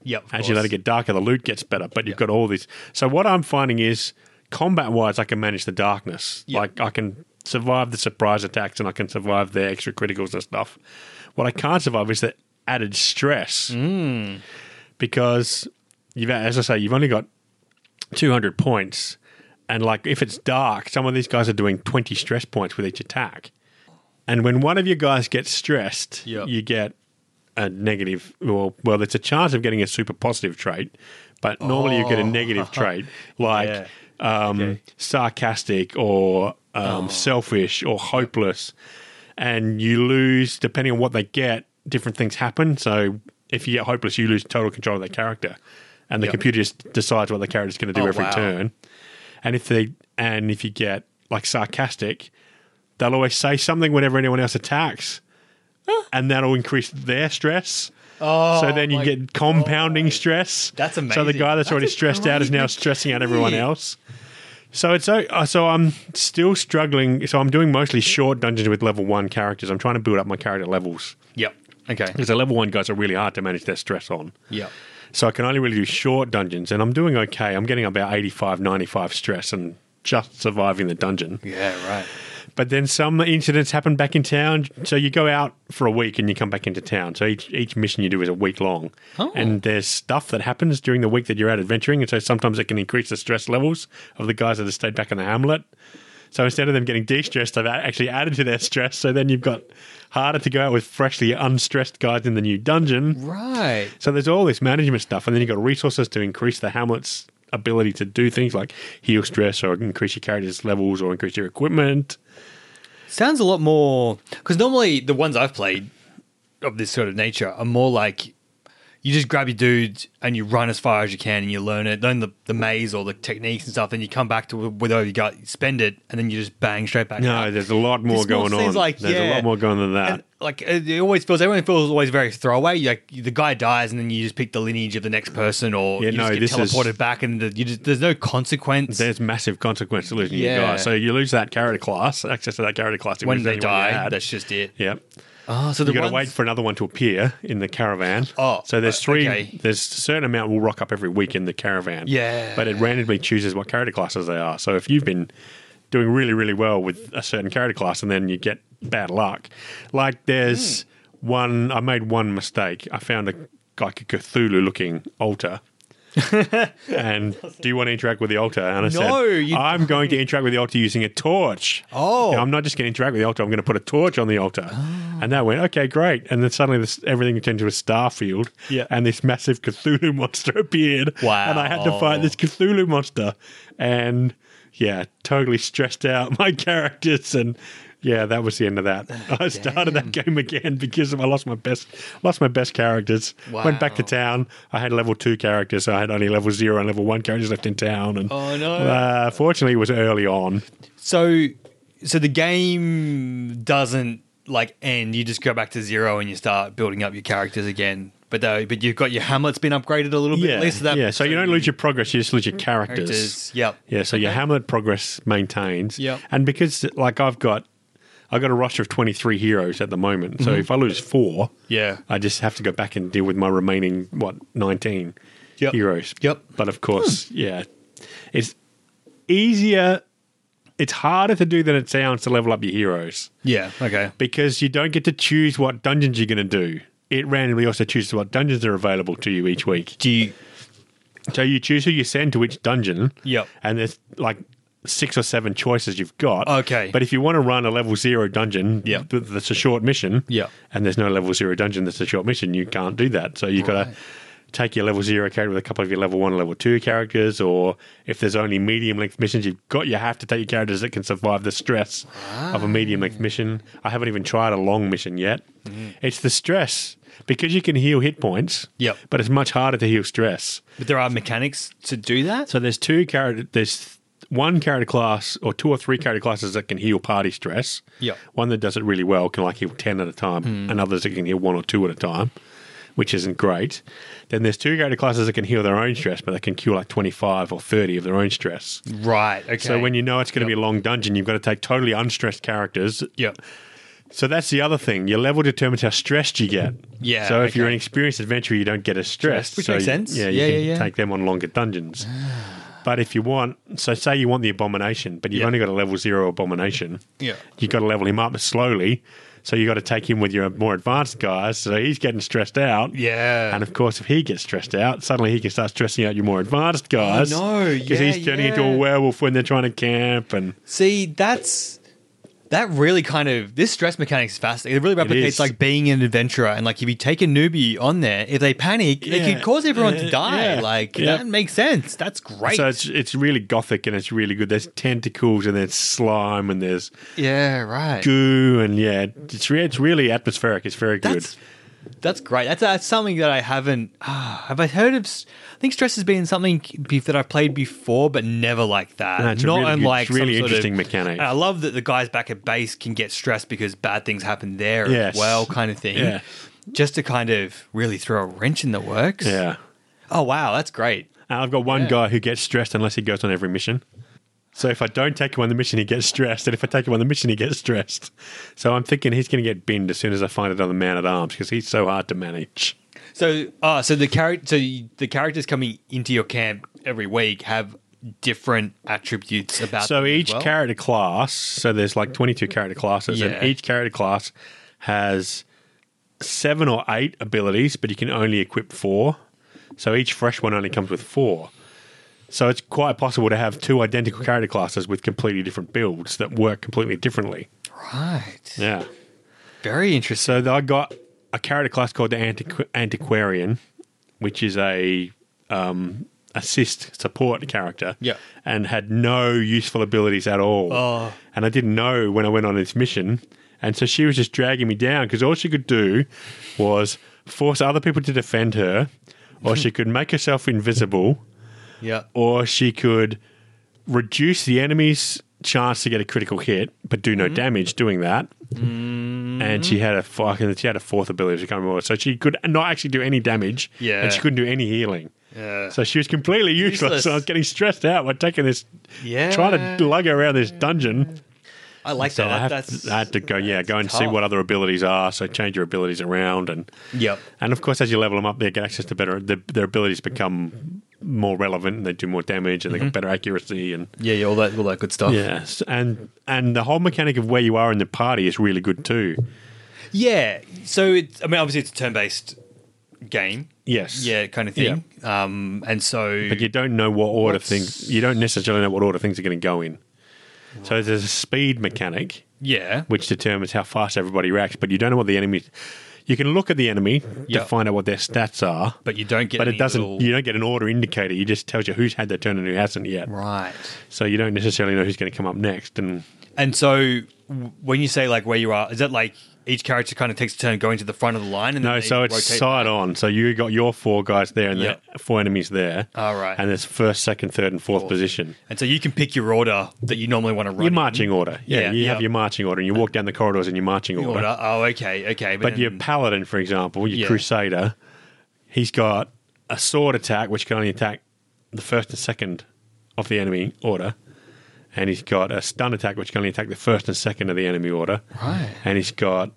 S1: Yep. of
S2: As you let it
S1: course.
S2: get darker, the loot gets better, but you've got all these. So what I'm finding is, combat wise, I can manage the darkness.
S1: Yeah.
S2: Like I can survive the surprise attacks, and I can survive the extra criticals and stuff. What I can't survive is the added stress,
S1: Mm.
S2: because you've, as I say, you've only got 200 points, and like if it's dark, some of these guys are doing 20 stress points with each attack. And when one of your guys gets stressed,
S1: Yep.
S2: you get a negative. Well, well, it's a chance of getting a super positive trait, but normally you get
S1: [laughs]
S2: a negative trait like
S1: Oh. Yeah.
S2: um, sarcastic or
S1: Oh.
S2: um, selfish or hopeless. And you lose, depending on what they get, different things happen. So if you get hopeless, you lose total control of their character. And the
S1: Yep.
S2: computer just decides what the character's going to do
S1: Oh,
S2: every
S1: wow.
S2: turn. And if they and if you get like sarcastic, they'll always say something whenever anyone else attacks, and that'll increase their stress.
S1: Oh,
S2: so then you
S1: my
S2: get compounding stress.
S1: That's
S2: So the
S1: amazing.
S2: guy that's,
S1: That's
S2: already
S1: a
S2: stressed out is
S1: great
S2: now
S1: [laughs]
S2: stressing out everyone
S1: mechanic.
S2: else. So it's so uh, so I'm still struggling. So I'm doing mostly short dungeons with level one characters. I'm trying to build up my character levels
S1: Yep. Okay.
S2: because the level one guys are really hard to manage their stress on.
S1: Yep.
S2: So I can only really do short dungeons, and I'm doing okay. I'm getting about 85, 95 stress and just surviving the dungeon.
S1: Yeah. Right.
S2: But then some incidents happen back in town. So you go out for a week and you come back into town. So each, each mission you do is a week long.
S1: Oh.
S2: And there's stuff that happens during the week that you're out adventuring. And so sometimes it can increase the stress levels of the guys that have stayed back in the hamlet. So instead of them getting de stressed, they've a- actually added to their stress. So then you've got harder to go out with freshly unstressed guys in the new dungeon.
S1: Right.
S2: So there's all this management stuff, and then you've got resources to increase the Hamlet's ability to do things like heal stress or increase your character's levels or increase your equipment.
S1: Sounds a lot more because normally the ones I've played of this sort of nature are more like you just grab your dudes and you run as far as you can and you learn it, learn the, the maze or the techniques and stuff, then you come back to whatever you got, you spend it, and then you just bang straight back.
S2: No,
S1: out.
S2: there's a lot
S1: Uh,
S2: more
S1: This more
S2: going
S1: seems
S2: on.
S1: like-
S2: there's a
S1: yeah.
S2: lot more going than that.
S1: And, like it it always feels, everyone feels always very throwaway. You, Like the guy dies, and then you just pick the lineage of the next person, or
S2: Yeah,
S1: you
S2: no,
S1: just get
S2: this is-
S1: teleported back, and the, you just, there's no consequence.
S2: there's massive consequence to losing your
S1: Yeah.
S2: guy. So you lose that character class, access to that character class. it
S1: when
S2: was
S1: they
S2: anyone you
S1: die,
S2: had.
S1: that's just it.
S2: Yep.
S1: Oh, so the
S2: you got
S1: ones-
S2: to wait for another one to appear in the caravan.
S1: Oh,
S2: so there's
S1: uh,
S2: three.
S1: okay.
S2: There's a certain amount will rock up every week in the caravan.
S1: Yeah.
S2: but it randomly chooses what character classes they are. So if you've been doing really really well with a certain character class and then you get bad luck, like there's
S1: Hmm.
S2: one. I made one mistake. I found a like a Cthulhu looking
S1: [laughs]
S2: altar. and do you want to interact with the altar? And I
S1: No,
S2: said,
S1: you-
S2: I'm going to interact with the altar using a torch.
S1: Oh.
S2: Now, I'm not just going to interact with the altar. I'm going to put a torch on the altar. And that went okay, great. And then suddenly this, everything turned to a star field.
S1: Yeah.
S2: And this massive Cthulhu [laughs] monster appeared.
S1: Wow.
S2: And I had to fight this Cthulhu monster. And yeah, totally stressed out [laughs] my characters and yeah, that was the end of that.
S1: Oh,
S2: I started that game again because I lost my best lost my best characters. Went back to
S1: Wow.
S2: town. I had level two characters, so I had only level zero and level one characters left in town and
S1: Oh, no.
S2: uh, fortunately it was early on.
S1: So, so the game doesn't like end. You just go back to zero and you start building up your characters again. But though, but you've got your Hamlet's been upgraded a little bit.
S2: Yeah.
S1: at least that Mm-hmm.
S2: yeah. So you don't lose your progress, you just lose your characters.
S1: characters. Yep.
S2: Yeah, so your Hamlet progress maintains.
S1: Yep.
S2: And because like I've got I've got a roster of twenty three heroes at the moment. So if I lose four
S1: Mm-hmm. Yeah.
S2: I just have to go back and deal with my remaining what nineteen
S1: Yep.
S2: heroes.
S1: Yep. Hmm.
S2: But of course, yeah, it's easier. It's harder to do than it sounds to level up your heroes
S1: Yeah. Okay.
S2: because you don't get to choose what dungeons you're going to do. It randomly also chooses what dungeons are available to you each week.
S1: Do you?
S2: So you choose who you send to each dungeon.
S1: Yep.
S2: And there's like six or seven choices you've got.
S1: Okay.
S2: But if you want to run a level zero dungeon,
S1: Yep.
S2: th- that's a short mission.
S1: Yep.
S2: And there's no level zero dungeon that's a short mission. You can't do that. So you've got
S1: Right.
S2: to take your level zero character with a couple of your level one, level two characters, or if there's only medium length missions you've got, you have to take your characters that can survive the stress of a medium length mission. I haven't even tried a long mission yet.
S1: Mm-hmm.
S2: It's the stress. Because you can heal hit points,
S1: Yep.
S2: but it's much harder to heal stress.
S1: But there are mechanics to do that.
S2: So there's two character. There's one character class or two or three character classes that can heal party stress.
S1: Yep.
S2: One that does it really well can like heal ten at a time,
S1: Hmm.
S2: and others that can heal one or two at a time, which isn't great. Then there's two character classes that can heal their own stress, but they can cure like twenty five or thirty of their own stress.
S1: Right. Okay.
S2: So when you know it's going to
S1: Yep.
S2: be a long dungeon, you've got to take totally unstressed characters
S1: Yep.
S2: so that's the other thing. Your level determines how stressed you get.
S1: Yeah,
S2: So if you're an
S1: okay.
S2: experienced adventurer, you don't get as stressed.
S1: Which
S2: so
S1: makes sense.
S2: Yeah, you
S1: Yeah,
S2: can
S1: yeah, yeah.
S2: take them on longer dungeons. but if you want, so say you want the abomination, but you've
S1: Yeah.
S2: only got a level zero abomination.
S1: Yeah.
S2: You've got to level him up slowly. So you got to take him with your more advanced guys. So he's getting stressed out.
S1: Yeah.
S2: And of course, if he gets stressed out, suddenly he can start stressing out your more advanced guys.
S1: Oh, no,
S2: because
S1: yeah,
S2: he's turning into
S1: yeah.
S2: a werewolf when they're trying to camp. And
S1: See, that's that really kind of this stress mechanic is fascinating. It really replicates
S2: is.
S1: like being an adventurer and like if you take a newbie on there, if they panic, it
S2: Yeah.
S1: could cause everyone to
S2: Uh,
S1: die.
S2: yeah.
S1: Like
S2: Yeah.
S1: that makes sense. That's great.
S2: So it's it's really gothic and it's really good. There's tentacles and there's slime and there's
S1: yeah, right.
S2: goo and yeah, it's re- it's really atmospheric. It's very good.
S1: That's that's great. That's, that's something that I haven't. ah, have I heard of? s- I think stress has been something be- that I've played before, but never like that.
S2: No, it's a
S1: Not
S2: really good-
S1: unlike
S2: it's really
S1: some
S2: interesting
S1: sort of,
S2: mechanic.
S1: and I love that the guys back at base can get stressed because bad things happen there
S2: Yes.
S1: as well, kind of thing.
S2: Yeah.
S1: Just to kind of really throw a wrench in the works.
S2: yeah.
S1: Oh wow, that's great.
S2: And I've got one
S1: Yeah.
S2: guy who gets stressed unless he goes on every mission. So if I don't take him on the mission, he gets stressed, and if I take him on the mission, he gets stressed. So I'm thinking he's going to get binned as soon as I find another man at arms because he's so hard to manage.
S1: So, ah, so the character, so you- the characters coming into your camp every week have different attributes about.
S2: So
S1: them as
S2: each
S1: well?
S2: character class, so there's like 22 character classes,
S1: Yeah.
S2: and each character class has seven or eight abilities, but you can only equip four. So each fresh one only comes with four. So it's quite possible to have two identical character classes with completely different builds that work completely differently.
S1: right?
S2: Yeah.
S1: Very interesting.
S2: So I got a character class called the Antiqu- Antiquarian, which is a um, assist support character.
S1: Yeah.
S2: And had no useful abilities at all.
S1: Oh.
S2: And I didn't know when I went on this mission. And so she was just dragging me down because all she could do was force other people to defend her,
S1: [laughs]
S2: or she could make herself invisible,
S1: Yeah.
S2: or she could reduce the enemy's chance to get a critical hit, but do
S1: Mm.
S2: no damage doing that. And she had a fucking she had a fourth ability. She can't remember, so she could not actually do any damage.
S1: Yeah.
S2: and she couldn't do any healing.
S1: Yeah.
S2: So she was completely useless.
S1: Useless.
S2: So I was getting stressed out by taking this,
S1: Yeah.
S2: trying to lug her around this dungeon.
S1: I like
S2: So I,
S1: that.
S2: have
S1: That's
S2: to, I had to go, yeah, go and see
S1: tough.
S2: what other abilities are. So change your abilities around, and
S1: Yep.
S2: and of course, as you level them up, they get access to better. Their, their abilities become more relevant, and they do more damage,
S1: Mm-hmm.
S2: and they got better accuracy, and
S1: Yeah, yeah, all that, all that good stuff.
S2: yes, and and the whole mechanic of where you are in the party is really good too.
S1: Yeah. So it's I mean obviously it's a turn-based game.
S2: Yes.
S1: Yeah, kind of thing. Um and so
S2: But you don't know what order
S1: What's-
S2: things. You don't necessarily know what order things are going to go in. So there's a speed mechanic
S1: yeah.
S2: which determines how fast everybody reacts, but you don't know what the enemy. You can look at the enemy
S1: Yeah.
S2: to find out what their stats are,
S1: But you don't get
S2: but it
S1: any
S2: doesn't.
S1: little-
S2: You don't get an order indicator. It just tells you who's had their turn and who hasn't yet.
S1: right.
S2: So you don't necessarily know who's going to come up next. And
S1: And so w- when you say like where you are, is that like each character kind of takes a turn going to the front of the line and then
S2: no,
S1: they
S2: so it's
S1: rotate?
S2: side on. So you got your four guys there and
S1: Yep.
S2: the four enemies there.
S1: All right.
S2: And there's first, second, third, and fourth position.
S1: and so you can pick your order that you normally want to run.
S2: Your
S1: in.
S2: marching order. Yeah,
S1: Yeah,
S2: you
S1: yeah.
S2: have your marching order, and you walk down the corridors in your marching order.
S1: order. Oh, okay, okay.
S2: But
S1: then-
S2: your paladin, for example, your
S1: Yeah.
S2: crusader, he's got a sword attack which can only attack the first and second of the enemy order, and he's got a stun attack which can only attack the first and second of the enemy order.
S1: Right.
S2: And he's got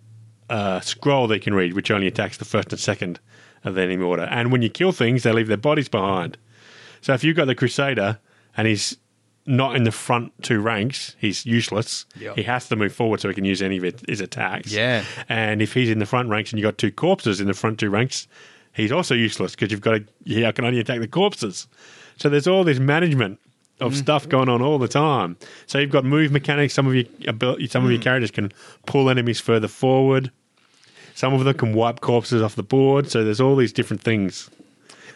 S2: a scroll they can read which only attacks the first and second of the enemy order. And when you kill things, they leave their bodies behind. So if you've got the crusader and he's not in the front two ranks, he's useless.
S1: Yep.
S2: He has to move forward so he can use any of it- his attacks.
S1: Yeah.
S2: And if he's in the front ranks and you've got two corpses in the front two ranks, he's also useless because you've got to, yeah, I can only attack the corpses. So there's all this management of
S1: Mm.
S2: stuff going on all the time. So you've got move mechanics. Some of your abil- some of
S1: Mm.
S2: your characters can pull enemies further forward. Some of them can wipe corpses off the board. So there's all these different things.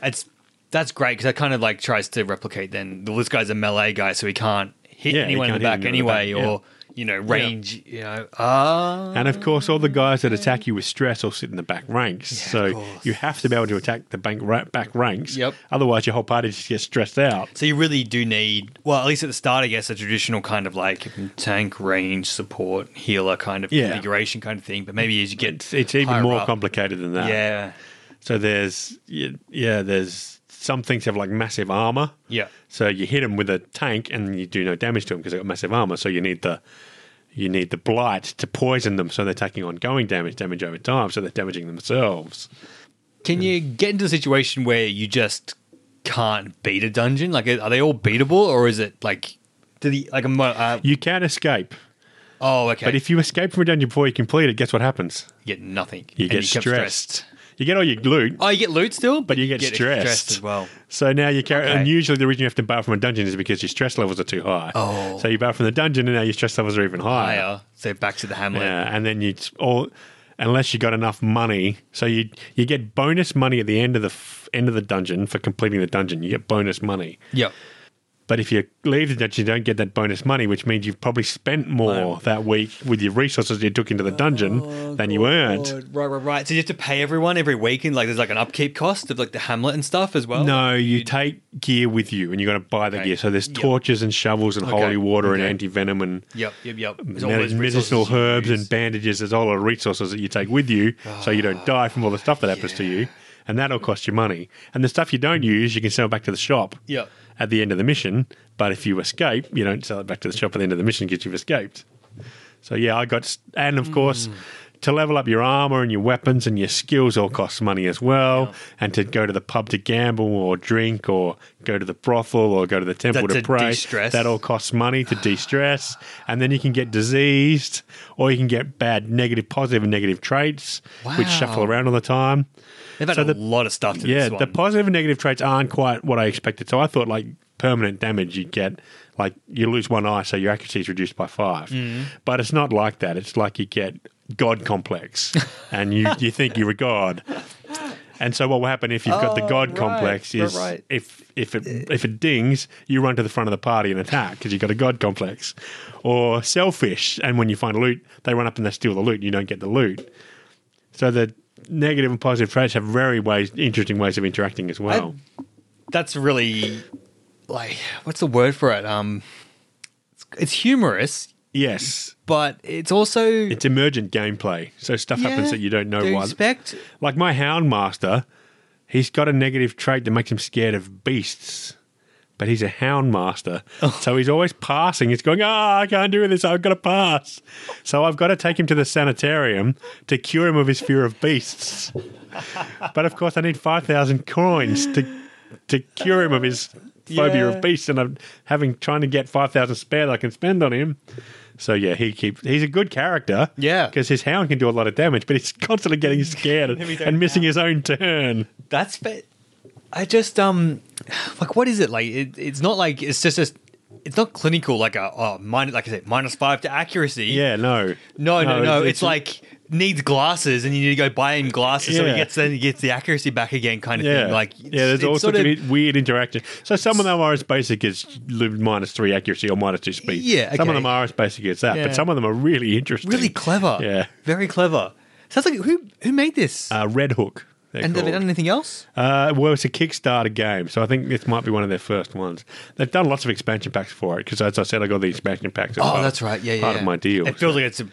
S1: it's that's great because that kind of like tries to replicate. Then well, this guy's a melee guy, so he can't hit
S2: Yeah, he
S1: anyone in
S2: can't
S1: the
S2: hit
S1: back
S2: anyone
S1: anyway,
S2: in the back,
S1: or you know, range. You know, ah,
S2: And of course, all the guys that attack you with stress all sit in the back ranks.
S1: of
S2: so
S1: course.
S2: you have to be able to attack the bank ra- back ranks.
S1: Yep.
S2: Otherwise, your whole party just gets stressed out.
S1: so you really do need. Well, at least at the start, I guess a traditional kind of like tank, range, support, healer kind of
S2: Yeah.
S1: configuration kind of thing. But maybe as you get,
S2: It's, it's even
S1: higher
S2: more
S1: up-
S2: complicated than that.
S1: Yeah,
S2: So there's y- yeah, there's some things have like massive armor.
S1: yeah,
S2: So you hit them with a tank and you do no damage to them because they've got massive armor. So you need the you need the blight to poison them, so they're taking ongoing damage, damage over time, so they're damaging themselves.
S1: Can you get into a situation where you just can't beat a dungeon? Like, are they all beatable, or is it like, do the like a mo- uh,
S2: You can escape,
S1: oh okay,
S2: but if you escape from a dungeon before you complete it, guess what happens?
S1: you get nothing,
S2: You
S1: and
S2: get
S1: kept
S2: stressed. You get all your loot,
S1: Oh, you get loot still,
S2: but you get, stressed.
S1: as well.
S2: So now you carry.
S1: Okay.
S2: And usually the reason you have to bail from a dungeon is because your stress levels are too high.
S1: Oh.
S2: So you bail from the dungeon, and now your stress levels are even higher.
S1: Higher, so back to the Hamlet.
S2: Yeah, and then you all unless you got enough money, so you you get bonus money at the end of the f- end of the dungeon for completing the dungeon. You get bonus money,
S1: Yep.
S2: but if you leave the dungeon, you don't get that bonus money, which means you've probably spent more that week with your resources you took into the dungeon
S1: Oh,
S2: than you earned.
S1: Right, right, right. So you have to pay everyone every week, and like there's like an upkeep cost of like the Hamlet and stuff as well.
S2: No, you take gear with you, and you got to buy the
S1: Oh, Okay.
S2: gear. So there's
S1: Yep.
S2: torches and shovels and holy water and
S1: Okay.
S2: anti venom and
S1: Yep, yep, yep. There's all
S2: Medi
S1: those
S2: medicinal
S1: resources you
S2: herbs
S1: use.
S2: and bandages. There's a whole lot of resources that you take with you, so you don't die from all the stuff that happens to you, and that'll cost you money. And the stuff you don't use, you can sell back to the shop
S1: Yep.
S2: at the end of the mission. But if you escape, you don't sell it back to the shop at the end of the mission because you've escaped. So yeah, I got, s- and of course.
S1: Mm.
S2: To level up your armor and your weapons and your skills all costs money as well. And to go to the pub to gamble or drink or go to the brothel or go to the temple
S1: That
S2: to
S1: to
S2: pray.
S1: de-stress?
S2: That all costs money to de-stress, and then you can get diseased, or you can get bad negative, positive, and negative traits, which
S1: Wow.
S2: shuffle around all the time.
S1: They've had
S2: so
S1: a
S2: the-
S1: lot of stuff to
S2: yeah,
S1: this one.
S2: the positive and negative traits aren't quite what I expected. So I thought like permanent damage you'd get, like you lose one eye, so your accuracy is reduced by five.
S1: Mm.
S2: But it's not like that. It's like you get
S1: [laughs]
S2: god complex, and you you think you're a god. And so, what will happen if you've got the
S1: Oh,
S2: god
S1: right,
S2: complex
S1: right,
S2: is
S1: right.
S2: if if it if it dings, you run to the front of the party and attack because you've got a god complex, or selfish. And when you find loot, they run up and they steal the loot. and You don't get the loot. So the negative and positive traits have very ways interesting ways of interacting as well.
S1: that's really like what's the word for it? Um, it's, it's humorous,
S2: yes,
S1: but it's also
S2: it's emergent gameplay. So stuff happens that you don't know why.
S1: expect.
S2: like my hound master, he's got a negative trait that makes him scared of beasts. But he's a hound master,
S1: Oh.
S2: so he's always passing. He's going, "Ah, I can't do this. I've got to pass." So I've got to take him to the sanitarium to cure him of his fear
S1: [laughs]
S2: of beasts. but of course, I need five thousand coins to to cure him of his phobia
S1: Yeah.
S2: of beasts, and I'm having trying to get five thousand spare that I can spend on him. So yeah, he keeps he's a good character.
S1: Yeah.
S2: because his hound can do a lot of damage, but he's [laughs] constantly
S1: [laughs]
S2: getting scared
S1: Every
S2: and,
S1: turn
S2: missing
S1: now.
S2: his own turn.
S1: That's fa- I just um like what is it like? It, it's not like it's just a, it's not clinical like a oh, minus like I said minus five to accuracy.
S2: Yeah, no,
S1: No, no, no. It's, like needs glasses, and you need to go buy him glasses so
S2: Yeah.
S1: he gets then he gets the accuracy back again, kind of
S2: yeah,
S1: thing. Like
S2: yeah. There's all sorts of, weird interaction. So some of them are as basic as li- minus three accuracy or minus two speed.
S1: Yeah,
S2: some of
S1: okay.
S2: them are as basic as that,
S1: Yeah.
S2: but some of them are really interesting,
S1: really clever.
S2: Yeah,
S1: very clever. Sounds like who who made this?
S2: uh, Red Hook. they're
S1: and have they
S2: called.
S1: done anything else?
S2: Uh, well, it's a Kickstarter game, so I think this might be one of their first ones. They've done lots of expansion packs for it because, as I said, I got the expansion packs. as
S1: Oh,
S2: part-
S1: that's right. Yeah, yeah.
S2: part
S1: yeah.
S2: of my deal.
S1: It feels like it's a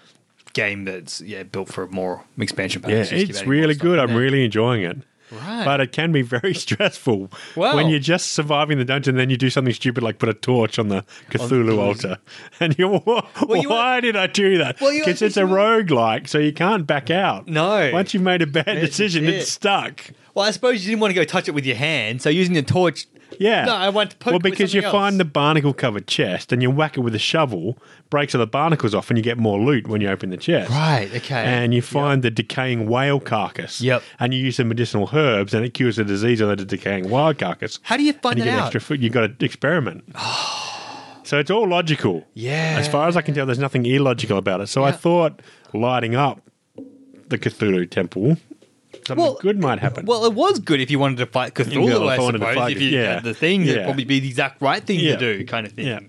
S1: game that's yeah built for more expansion
S2: yeah,
S1: packs. Just keep
S2: it's
S1: adding more
S2: really
S1: stuff
S2: good.
S1: in
S2: I'm
S1: there.
S2: really enjoying it.
S1: Right.
S2: But it can be very [laughs] stressful
S1: Wow.
S2: when you're just surviving the dungeon. Then you do something stupid like put a torch on the Cthulhu altar, [laughs] and you're
S1: Oh, you
S2: why did I do that?
S1: Well, you
S2: Because
S1: were-
S2: it's a roguelike, so you can't back out.
S1: No.
S2: once you've made a bad decision,
S1: it.
S2: it's stuck.
S1: Well, I suppose you didn't want to go touch it with your hand, so using the torch.
S2: Yeah.
S1: No, I want to poke
S2: Well,
S1: it with
S2: because you
S1: something else.
S2: find the barnacle covered chest and you whack it with a shovel, breaks all the barnacles off, and you get more loot when you open the chest.
S1: Right, okay.
S2: And you find the decaying whale carcass.
S1: Yep.
S2: And you use the medicinal herbs and it cures the disease of the decaying whale carcass.
S1: How do you find
S2: and you
S1: that
S2: get
S1: out?
S2: extra food. You've got
S1: [sighs]
S2: to experiment. so it's all logical.
S1: Yeah.
S2: As far as I can tell, there's nothing illogical about it. So I
S1: Yeah.
S2: thought lighting up the Cthulhu temple, something
S1: Well,
S2: good might happen.
S1: Well, it was good if you wanted to fight Cthulhu,
S2: Yeah, if I
S1: I
S2: wanted to
S1: suppose.
S2: fight
S1: if
S2: it,
S1: you
S2: yeah.
S1: had the thing,
S2: Yeah.
S1: it'd probably be the exact right thing
S2: Yeah.
S1: to do, kind of thing.
S2: Yeah.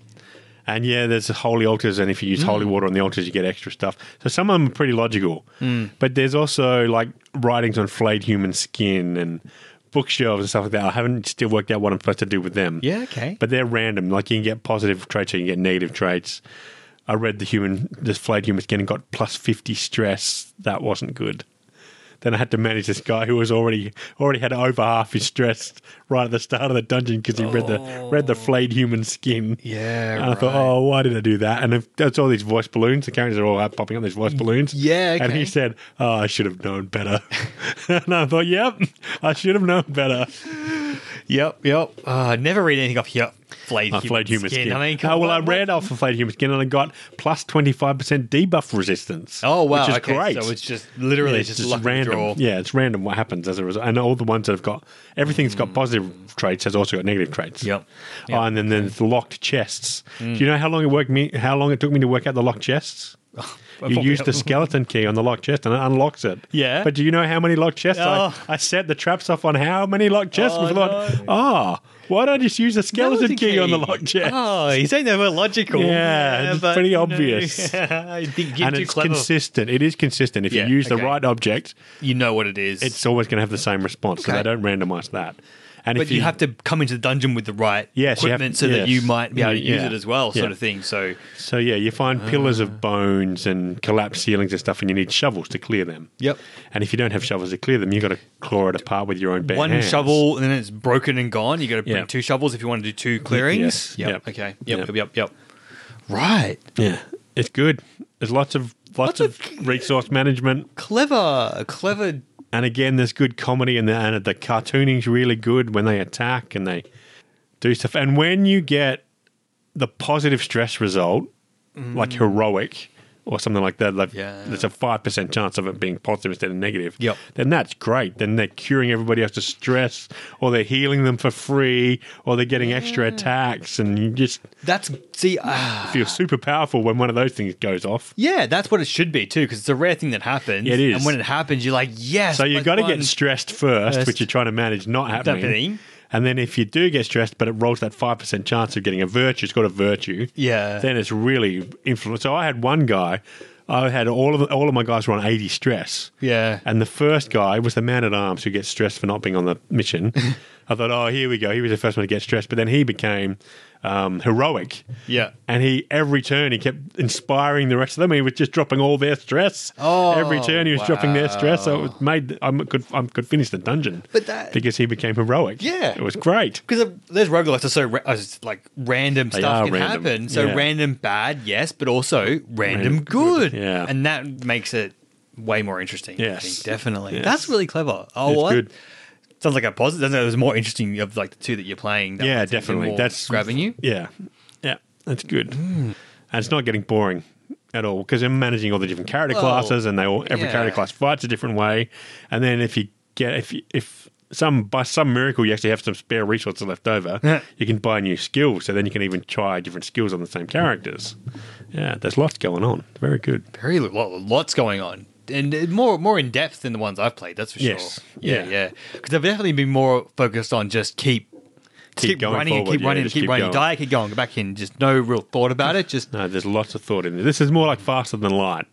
S2: And yeah, there's holy altars, and if you use holy
S1: Mm.
S2: water on the altars, you get extra stuff. So some of them are pretty logical.
S1: Mm.
S2: But there's also like writings on flayed human skin and bookshelves and stuff like that. I haven't still worked out what I'm supposed to do with them.
S1: Yeah, okay.
S2: But they're random. Like you can get positive traits, or you can get negative traits. I read the human, this flayed human skin, and got plus 50 stress. That wasn't good. Then I had to manage this guy who was already already had over half his stress right at the start of the dungeon because he read the
S1: Oh.
S2: read the flayed human skin.
S1: Yeah,
S2: And I thought,
S1: right.
S2: oh, why did I do that? And if, that's all these voice balloons. The characters are all out popping up these voice balloons.
S1: yeah,
S2: And he
S1: okay.
S2: said, oh, I should have known better. [laughs] and I thought, yep, I should have known better.
S1: Yep, yep. Uh, never read anything off here. Flayed,
S2: I flayed human skin.
S1: I mean, come
S2: oh, well, I
S1: on, what-
S2: read off the flayed human skin and I got plus 25% debuff resistance.
S1: Oh wow,
S2: Which is
S1: okay.
S2: great.
S1: So it's just literally
S2: Yeah,
S1: just, luck of the
S2: random.
S1: draw.
S2: Yeah, it's random what happens as a result. And all the ones that have got everything's got positive traits has also got negative traits.
S1: Mm. Yep. Mm.
S2: Oh, and then there's the locked chests. Do you know how long it worked me? How long it took me to work out the
S1: [laughs]
S2: locked chests? you
S1: probably-
S2: use the skeleton key on the locked chest and it unlocks it.
S1: Yeah.
S2: But do you know how many locked chests? I,
S1: Oh.
S2: I set the traps off on how many locked chests
S1: Oh,
S2: before.
S1: no.
S2: Ah, why don't I just use the
S1: Skeleton
S2: skeleton, key, on the locked chest?
S1: Oh, he's saying they were logical.
S2: Yeah, it's
S1: [laughs]
S2: pretty obvious.
S1: I think you're
S2: and
S1: too
S2: it's
S1: clever.
S2: consistent. It is consistent. If
S1: Yeah,
S2: you use the
S1: okay.
S2: right object,
S1: you know what it is.
S2: it's always going to have the same response. So
S1: Okay.
S2: they don't randomize that. And
S1: but
S2: if
S1: you, have to come into the dungeon with the right
S2: Yes, you have-
S1: equipment so that
S2: yes.
S1: you might be able to
S2: Yeah,
S1: use
S2: yeah.
S1: it as well, sort
S2: Yeah.
S1: of thing. So
S2: so yeah, you find pillars
S1: Ah.
S2: of bones and collapsed ceilings and stuff, and you need shovels to clear them.
S1: Yep.
S2: And if you don't have shovels to clear them, you got to claw it apart with your own bare
S1: one
S2: hands.
S1: shovel and then it's broken and gone. You got to bring
S2: Yeah.
S1: two shovels if you want to do two clearings.
S2: Yes.
S1: Yep.
S2: Yep.
S1: Okay. Yep.
S2: Yep.
S1: Yep. Yep. Yep. Right.
S2: Yeah, it's good. There's lots of
S1: Lots
S2: lots, of,
S1: of-
S2: resource management,
S1: Clever. Clever.
S2: and again, there's good comedy, and the and the cartooning's really good when they attack and they do stuff. And when you get the positive stress result, like heroic or something like that, like
S1: Mm. Yeah.
S2: there's a five percent chance of it being positive instead of negative.
S1: Yep.
S2: Then that's great. Then they're curing everybody else's stress, or they're healing them for free, or they're getting extra attacks, and you just
S1: That's see. Mm. Ah.
S2: feel super powerful when one of those things goes off.
S1: Yeah, that's what it should be too, because it's a rare thing that happens.
S2: It is.
S1: and when it happens, you're like, yes.
S2: So you've
S1: plus
S2: got to
S1: one.
S2: get stressed first,
S1: First.
S2: which you're trying to manage not happening.
S1: Happening.
S2: And then if you do get stressed, but it rolls that 5% chance of getting a virtue, it's got a virtue.
S1: Yeah.
S2: Then it's really influence. So I had one guy, I had all of all of my guys were on 80 stress.
S1: Yeah.
S2: And the first guy was the man at arms who gets stressed for not being on the
S1: [laughs]
S2: mission. I thought, oh, here we go. He was the first one to get stressed, but then he became um, heroic.
S1: Yeah.
S2: And he every turn he kept inspiring the rest of them. He was just dropping all their stress.
S1: Oh,
S2: every turn he was dropping their stress. So
S1: wow.
S2: it made I could I could finish the dungeon.
S1: But that-
S2: because he became heroic.
S1: Yeah.
S2: it was great.
S1: Because those roguelikes are so ra- are just, like random
S2: are
S1: stuff can
S2: random,
S1: happen. So
S2: yeah.
S1: random bad, yes, but also random, good.
S2: yeah.
S1: and that makes it way more interesting. I
S2: Yes.
S1: think, definitely.
S2: Yes.
S1: That's really clever. Oh,
S2: It's
S1: what?
S2: good.
S1: Sounds like a positive. Sounds like it was more interesting of like the two that you're playing. That
S2: yeah,
S1: one's even
S2: definitely.
S1: more
S2: That's
S1: grabbing you. Mm.
S2: Yeah, yeah, that's good. And it's not getting boring. at all because they're managing all the different character
S1: Well,
S2: classes, and they all every
S1: yeah.
S2: character class fights a different way. And then if you get if you, if some by some miracle you actually have some spare resources left over, you can buy new skills. So then you can even try different skills on the same characters. Yeah, there's lots going on. Very good.
S1: very lo- lots going on and uh, more more in depth than the ones I've played. That's for
S2: Yes.
S1: sure. Yeah,
S2: Yeah.
S1: yeah. Because I've definitely been more focused on just keep. just
S2: Keep
S1: Keep,
S2: going
S1: running
S2: forward,
S1: and keep
S2: yeah,
S1: running and
S2: just
S1: keep,
S2: keep
S1: running.
S2: going.
S1: Die, keep going. Go back in. Just no real thought about it. Just
S2: No, there's lots of thought in this. This is more like faster than light,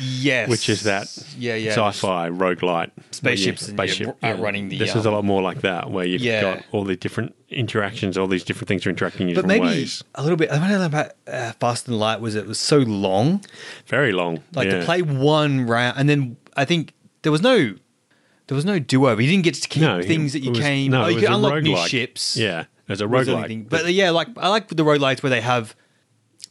S1: yes.
S2: which is that
S1: Yeah, yeah.
S2: sci-fi roguelite
S1: Spaceships and
S2: where you-
S1: you're outrunning the,
S2: This
S1: um,
S2: is a lot more like that, where you've
S1: Yeah.
S2: got all the different interactions, all these different things are interacting in
S1: But
S2: different
S1: maybe
S2: ways.
S1: a little bit. I don't know about uh, Fast and Light was it was so long.
S2: Very long,
S1: like
S2: yeah.
S1: to play one round and then I think there was no there was no duo. You didn't get to keep
S2: No,
S1: things that
S2: it
S1: you
S2: was-
S1: came.
S2: no,
S1: oh,
S2: it
S1: you
S2: was
S1: could
S2: a
S1: unlock new
S2: roguelike.
S1: ships.
S2: Yeah, there's a
S1: was
S2: roguelike.
S1: everything. But yeah, like I like the roguelites where they have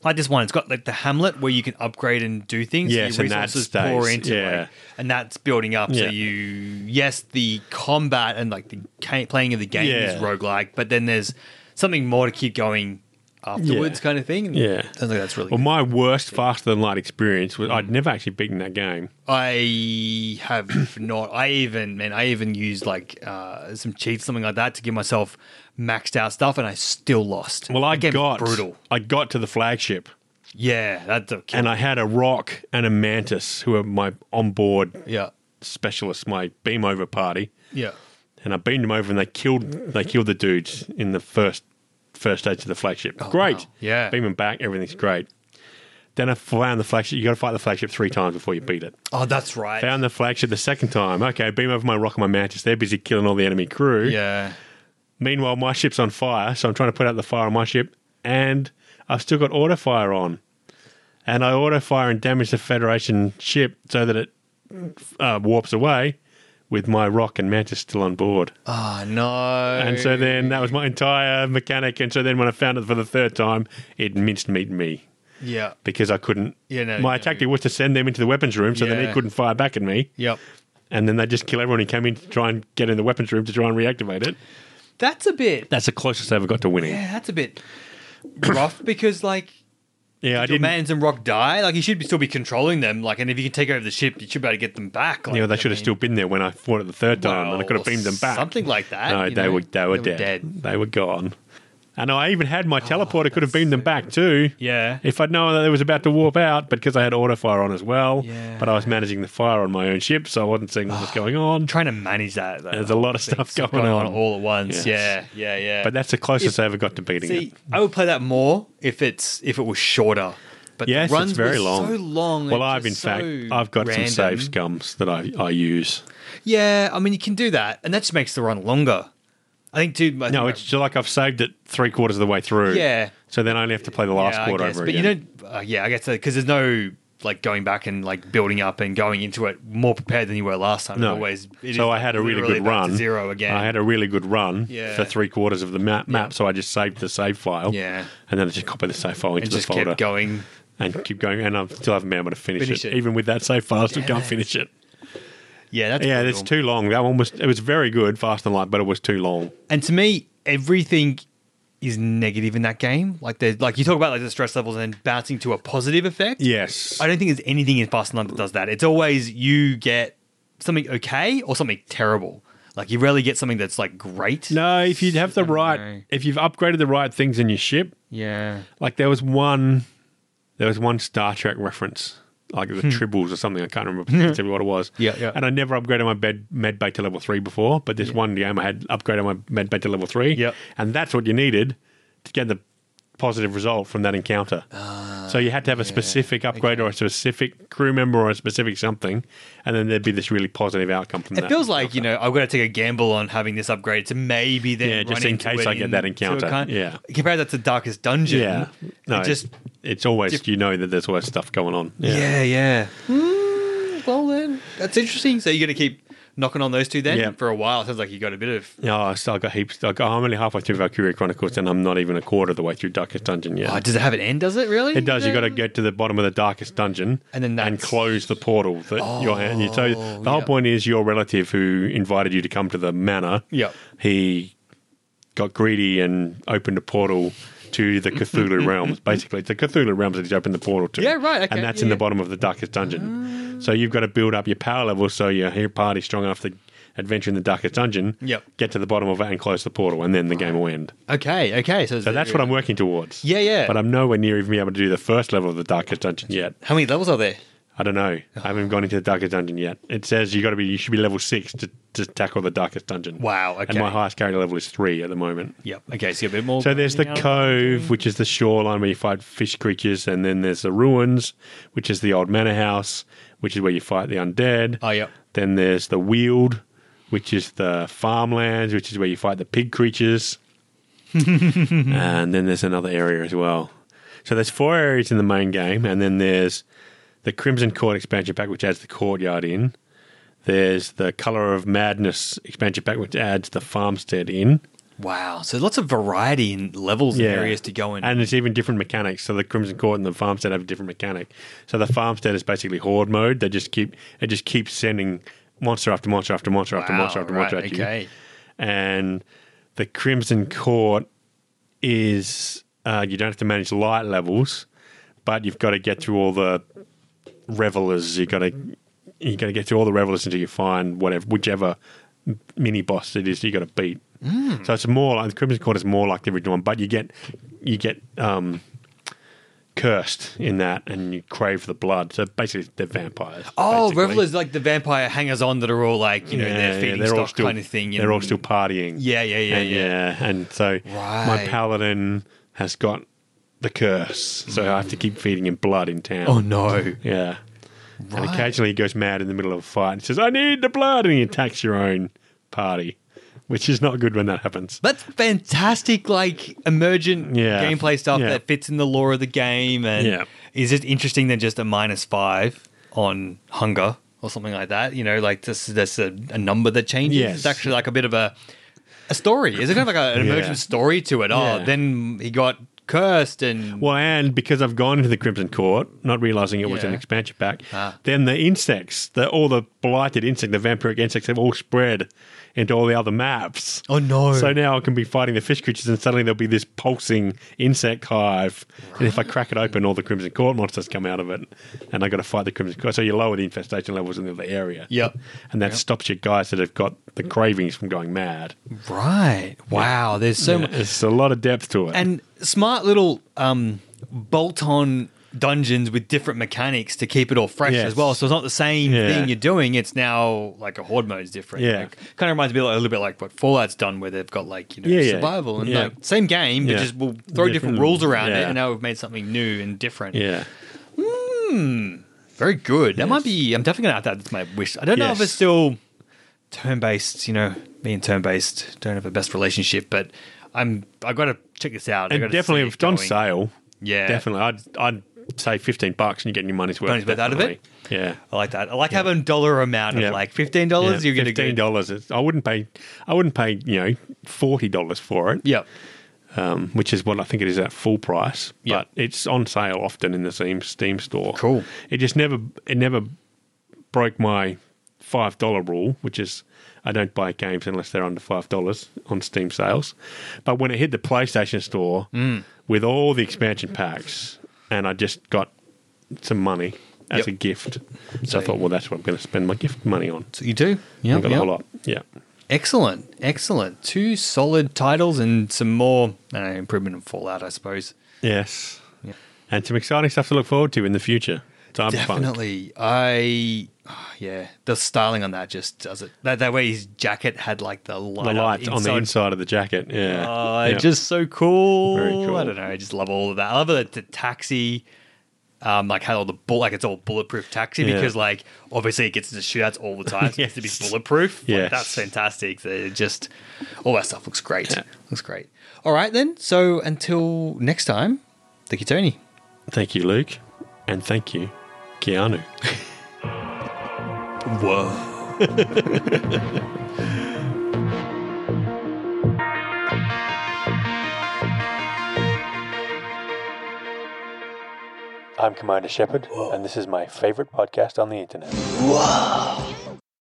S1: like this one. It's got like the Hamlet where you can upgrade and do things. so
S2: Yes,
S1: your
S2: and that
S1: resources
S2: stays,
S1: pour into
S2: yeah.
S1: like, and that's building up. So
S2: Yeah.
S1: you yes, the combat and like the ca- playing of the game is
S2: Yeah.
S1: roguelike, but then there's something more to keep going afterwards, kind of thing.
S2: Yeah.
S1: sounds like that's really.
S2: Well,
S1: good.
S2: my worst faster than light experience was I'd never actually beaten that game.
S1: I have [coughs] not. I even man, I even used like uh, some cheats, something like that, to give myself maxed out stuff, and I still lost.
S2: Well, I
S1: That game's
S2: got
S1: brutal.
S2: I got to the flagship,
S1: Yeah, that's a kill.
S2: and I had a rock and a mantis who are my onboard
S1: yeah,
S2: specialists, my beam over party.
S1: yeah.
S2: and I beamed them over, and they killed they
S1: Mm-hmm.
S2: killed the dudes in the first first stage of the flagship. great,
S1: Oh, wow. Yeah.
S2: beam them back, everything's great. Then I found the flagship. You got to fight the flagship three times before you beat it.
S1: Oh, that's right.
S2: Found the flagship the second time. Okay, beam over my rock and my mantis. They're busy killing all the enemy crew.
S1: yeah,
S2: Meanwhile, my ship's on fire, so I'm trying to put out the fire on my ship, and I've still got auto fire on. And I auto fire and damage the Federation ship so that it uh, warps away with my rock and mantis still on board.
S1: oh no.
S2: And so then that was my entire mechanic. And so then when I found it for the third time, it minced meat me
S1: yeah,
S2: because I couldn't.
S1: Yeah, no,
S2: my
S1: no.
S2: tactic was to send them into the weapons room so then
S1: Yeah.
S2: he couldn't fire back at me.
S1: yep.
S2: And then they just kill everyone who came in to try and get in the weapons room to try and reactivate it.
S1: That's a bit.
S2: That's the closest I ever got to winning. Yeah,
S1: Yeah, that's a bit
S2: [coughs]
S1: rough because like
S2: I
S1: your
S2: didn't.
S1: man's and Rock die. Like you should be, still be controlling them. Like, and if you can take over the ship, you should be able to get them back. Like,
S2: you know, they
S1: I
S2: should have
S1: mean-
S2: still been there when I fought it the third time, and I could have
S1: Well,
S2: beamed them back.
S1: Something like that.
S2: No,
S1: you
S2: they
S1: know?
S2: were they were, dead. They were gone. And I even had
S1: Oh,
S2: my teleporter could have beamed them back too.
S1: Yeah.
S2: If I'd known that it was about to warp out, but because I had auto fire on as well,
S1: Yeah.
S2: but I was managing the fire on my own ship, so I wasn't
S1: [sighs]
S2: seeing what was going on.
S1: Trying to manage that. Though,
S2: There's a lot of
S1: Things
S2: stuff going on.
S1: all at once.
S2: Yes.
S1: Yeah, yeah, yeah.
S2: But that's the closest I ever got to beating
S1: see,
S2: it.
S1: I would play that more if it's if it was shorter. But
S2: Yes,
S1: the runs
S2: it's very
S1: were
S2: long.
S1: So long.
S2: Well,
S1: and
S2: I've in
S1: just
S2: fact
S1: so
S2: I've got
S1: random.
S2: some save scums that I, I use.
S1: Yeah, I mean you can do that, and that just makes the run longer. I think too. I
S2: No,
S1: think
S2: it's just like I've saved it three quarters of the way through.
S1: Yeah.
S2: So then I only have to play the last
S1: yeah,
S2: quarter
S1: I guess,
S2: over
S1: but
S2: again.
S1: you don't. Uh, yeah, I guess because there's no like going back and like building up and going into it more prepared than you were last time. It
S2: No.
S1: always. it
S2: so
S1: is
S2: I had a really
S1: literally
S2: good
S1: back to
S2: run.
S1: Zero again.
S2: I had a really good run
S1: Yeah.
S2: for three quarters of the map, map. So I just saved the save file.
S1: Yeah.
S2: And then I just copied the save file into
S1: and
S2: the
S1: just
S2: folder
S1: kept going.
S2: and keep going. And I still haven't been able to finish,
S1: Finish
S2: it.
S1: it.
S2: Even with that save file, I still
S1: Damn
S2: can't
S1: it.
S2: finish it.
S1: Yeah, that's
S2: yeah,
S1: brutal.
S2: that's too long. That one was. It was very good, fast and light, but it was too long.
S1: And to me, everything is negative in that game. Like there's like you talk about like the stress levels and then bouncing to a positive effect.
S2: Yes.
S1: I don't think there's anything in Fast and Light that does that. It's always you get something okay or something terrible. Like you rarely get something that's like great.
S2: no, if you have the
S1: know.
S2: right, if you've upgraded the right things in your ship,
S1: Yeah.
S2: like there was one, there was one Star Trek reference, like the tribbles or something. I can't remember specifically what it was.
S1: Hmm. Yeah, yeah.
S2: And I never upgraded my bed, med bay to level three before, but this one game I had upgraded my med bay to level three.
S1: Yeah.
S2: And that's what you needed to get the positive result from that encounter.
S1: Ah,
S2: so you had to have a specific upgrade or a specific crew member or a specific something, and then there'd be this really positive outcome from that.
S1: It feels like, you know, I've got to take a gamble on having this upgrade to maybe then
S2: Yeah,
S1: run
S2: just in
S1: into
S2: case
S1: it
S2: I get that
S1: into a
S2: encounter.
S1: kind-
S2: Yeah.
S1: Compare that to Darkest Dungeon.
S2: yeah. No,
S1: it just
S2: it's always
S1: diff-
S2: you know that there's always stuff going on.
S1: Yeah, yeah. Mm, well, then that's interesting. So you're going to keep knocking on those two then
S2: Yeah.
S1: for a while. It sounds like you got a bit of.
S2: No, I still got heaps. I got, I'm only halfway through Valkyria Chronicles, and I'm not even a quarter of the way through Darkest Dungeon yet.
S1: Oh, does it have an end? Does it really?
S2: it does. You got to get to the bottom of the Darkest Dungeon,
S1: And then
S2: and
S1: that's- Oh,
S2: close the portal that your hand. You, so the whole
S1: yeah.
S2: point is your relative who invited you to come to the manor.
S1: Yeah.
S2: he got greedy and opened a portal to
S1: [laughs]
S2: the Cthulhu realms. Basically, it's the Cthulhu realms that he's opened the portal to.
S1: Yeah, right, okay,
S2: and that's
S1: yeah,
S2: in the
S1: yeah. Ah.
S2: bottom of the darkest dungeon. So you've got to build up your power level so your your party's strong enough to adventure in the darkest dungeon.
S1: Yep.
S2: Get to the bottom of it and close the portal, and then the game will end.
S1: Okay, okay. So,
S2: So that's what I'm working towards.
S1: Yeah, yeah.
S2: But I'm nowhere near even being able to do the first level of the darkest dungeon yet.
S1: How many levels are there?
S2: I don't know. I haven't gone into the darkest dungeon yet. It says you got to be you should be level six to, to tackle the darkest dungeon.
S1: Wow, okay.
S2: And my highest character level is three at the moment.
S1: Yep. Okay, so you got a bit more.
S2: So there's the
S1: Yeah.
S2: cove, which is the shoreline where you fight fish creatures, and then there's the ruins, which is the old manor house, which is where you fight the undead.
S1: Oh, yep.
S2: Then there's the weald, which is the farmlands, which is where you fight the pig creatures. and then there's another area as well. So there's four areas in the main game, and then there's the Crimson Court expansion pack, which adds the courtyard in. There's the Color of Madness expansion pack, which adds the farmstead in.
S1: Wow. So lots of variety in levels and areas to go in.
S2: And it's even different mechanics. So the Crimson Court and the Farmstead have a different mechanic. So the Farmstead is basically horde mode. They just keep it just keeps sending monster after monster after monster after
S1: Wow,
S2: monster after monster
S1: right,
S2: at you.
S1: okay.
S2: And the Crimson Court is uh, you don't have to manage light levels, but you've got to get through all the revelers. You got to you got to get through all the revelers until you find whatever whichever mini boss it is you got to beat.
S1: Hmm.
S2: So it's more like the Crimson Court is more like the original one, but you get you get um, cursed in that, and you crave for the blood. So basically, they're vampires.
S1: Oh,
S2: basically.
S1: Revelers like the vampire hangers on that are all like, you know,
S2: Yeah,
S1: they're
S2: yeah,
S1: feeding
S2: they're all
S1: stock
S2: still-
S1: kind of thing.
S2: They're all
S1: and-
S2: still partying.
S1: Yeah, yeah, yeah,
S2: And
S1: yeah.
S2: And so my
S1: Right.
S2: paladin has got the curse, so I have to keep feeding him blood in town.
S1: Oh, no.
S2: Yeah. And
S1: Right.
S2: occasionally he goes mad in the middle of a fight and says, I need the blood. And he attacks your own party, which is not good when that happens.
S1: That's fantastic, like emergent
S2: Yeah.
S1: gameplay stuff
S2: Yeah.
S1: that fits in the lore of the game and
S2: Yeah.
S1: is just interesting than just a minus five on hunger or something like that. You know, like this that's a, a number that changes.
S2: Yes.
S1: It's actually like a bit of a a story. Is it kind of like a- an emergent
S2: Yeah.
S1: story to it? Oh,
S2: Yeah.
S1: then he got cursed and
S2: Well, and because I've gone into the Crimson Court, not realizing it was
S1: Yeah.
S2: an expansion pack,
S1: Ah.
S2: then the insects, the, all the blighted insect, the vampiric insects, have all spread into all the other maps.
S1: Oh, no.
S2: So now I can be fighting the fish creatures, and suddenly there'll be this pulsing insect hive. And if I crack it open, all the Crimson Court monsters come out of it, and I got to fight the Crimson Court. So you lower the infestation levels in the other area.
S1: Yep.
S2: and that stops your guys that have got the cravings from going mad.
S1: right. Wow, there's so much.
S2: It's a lot of depth to it.
S1: and smart little um, bolt-on dungeons with different mechanics to keep it all fresh
S2: Yes.
S1: as well. So it's not the same
S2: Yeah.
S1: thing you're doing. It's now like a horde mode is different.
S2: Yeah.
S1: like, kind of reminds me a little bit like what Fallout's done, where they've got like you know
S2: Yeah, yeah.
S1: survival and
S2: Yeah.
S1: like same game, but
S2: Yeah.
S1: just we'll throw different,
S2: Different-
S1: rules around it,
S2: yeah.
S1: and now we've made something new and different.
S2: yeah.
S1: very good. That
S2: Yes.
S1: might be. I'm definitely gonna add that to my wish. I don't know if
S2: Yes.
S1: it's still turn-based. You know, me and turn-based don't have the best relationship, but. I'm. I got to check this out. I
S2: And
S1: gotta
S2: definitely,
S1: see
S2: if it's on
S1: going.
S2: sale,
S1: Yeah.
S2: definitely, I'd I'd say fifteen bucks, and you're getting your money's worth.
S1: Money's worth out of it?
S2: definitely. Yeah.
S1: I like that. I like having a dollar amount of
S2: Yeah.
S1: like fifteen dollars.
S2: Yeah,
S1: you're gonna
S2: fifteen
S1: get
S2: dollars. I wouldn't pay. I wouldn't pay. You know, forty dollars for it.
S1: Yep.
S2: um, which is what I think it is at full price.
S1: Yeah.
S2: But it's on sale often in the Steam Steam store.
S1: Cool.
S2: It just never it never broke my five dollar rule, which is I don't buy games unless they're under five dollars on Steam sales. But when it hit the PlayStation store
S1: Mm.
S2: with all the expansion packs, and I just got some money as
S1: Yep.
S2: a gift, so
S1: So-
S2: I thought, well, that's what I'm going to spend my gift money on.
S1: So you do.
S2: I
S1: Yeah.
S2: got a whole lot. Yeah.
S1: Excellent. Excellent. Two solid titles and some more I don't know, improvement in Fallout, I suppose.
S2: Yes.
S1: Yeah.
S2: And some exciting stuff to look forward to in the future. Cyberpunk.
S1: Definitely. I. oh, yeah. The styling on that just does it. That, that way his jacket had like the light,
S2: the
S1: up
S2: light on the inside of the jacket. Yeah,
S1: Oh,
S2: yeah.
S1: just so cool.
S2: Very cool.
S1: I don't know. I just love all of that. I love that the taxi, um, like had all the bull, like it's all bulletproof taxi
S2: Yeah.
S1: because like obviously it gets into shootouts all the time. So It gets to be
S2: [laughs] Yes.
S1: bulletproof. Like,
S2: Yes.
S1: that's fantastic. They're just all that stuff looks great.
S2: Yeah.
S1: Looks great. All right then. So until next time, thank you, Tony.
S2: thank you, Luke, and thank you, Keanu.
S1: Whoa.
S2: I'm Commander Shepard, and this is my favorite podcast on the internet.
S3: Whoa.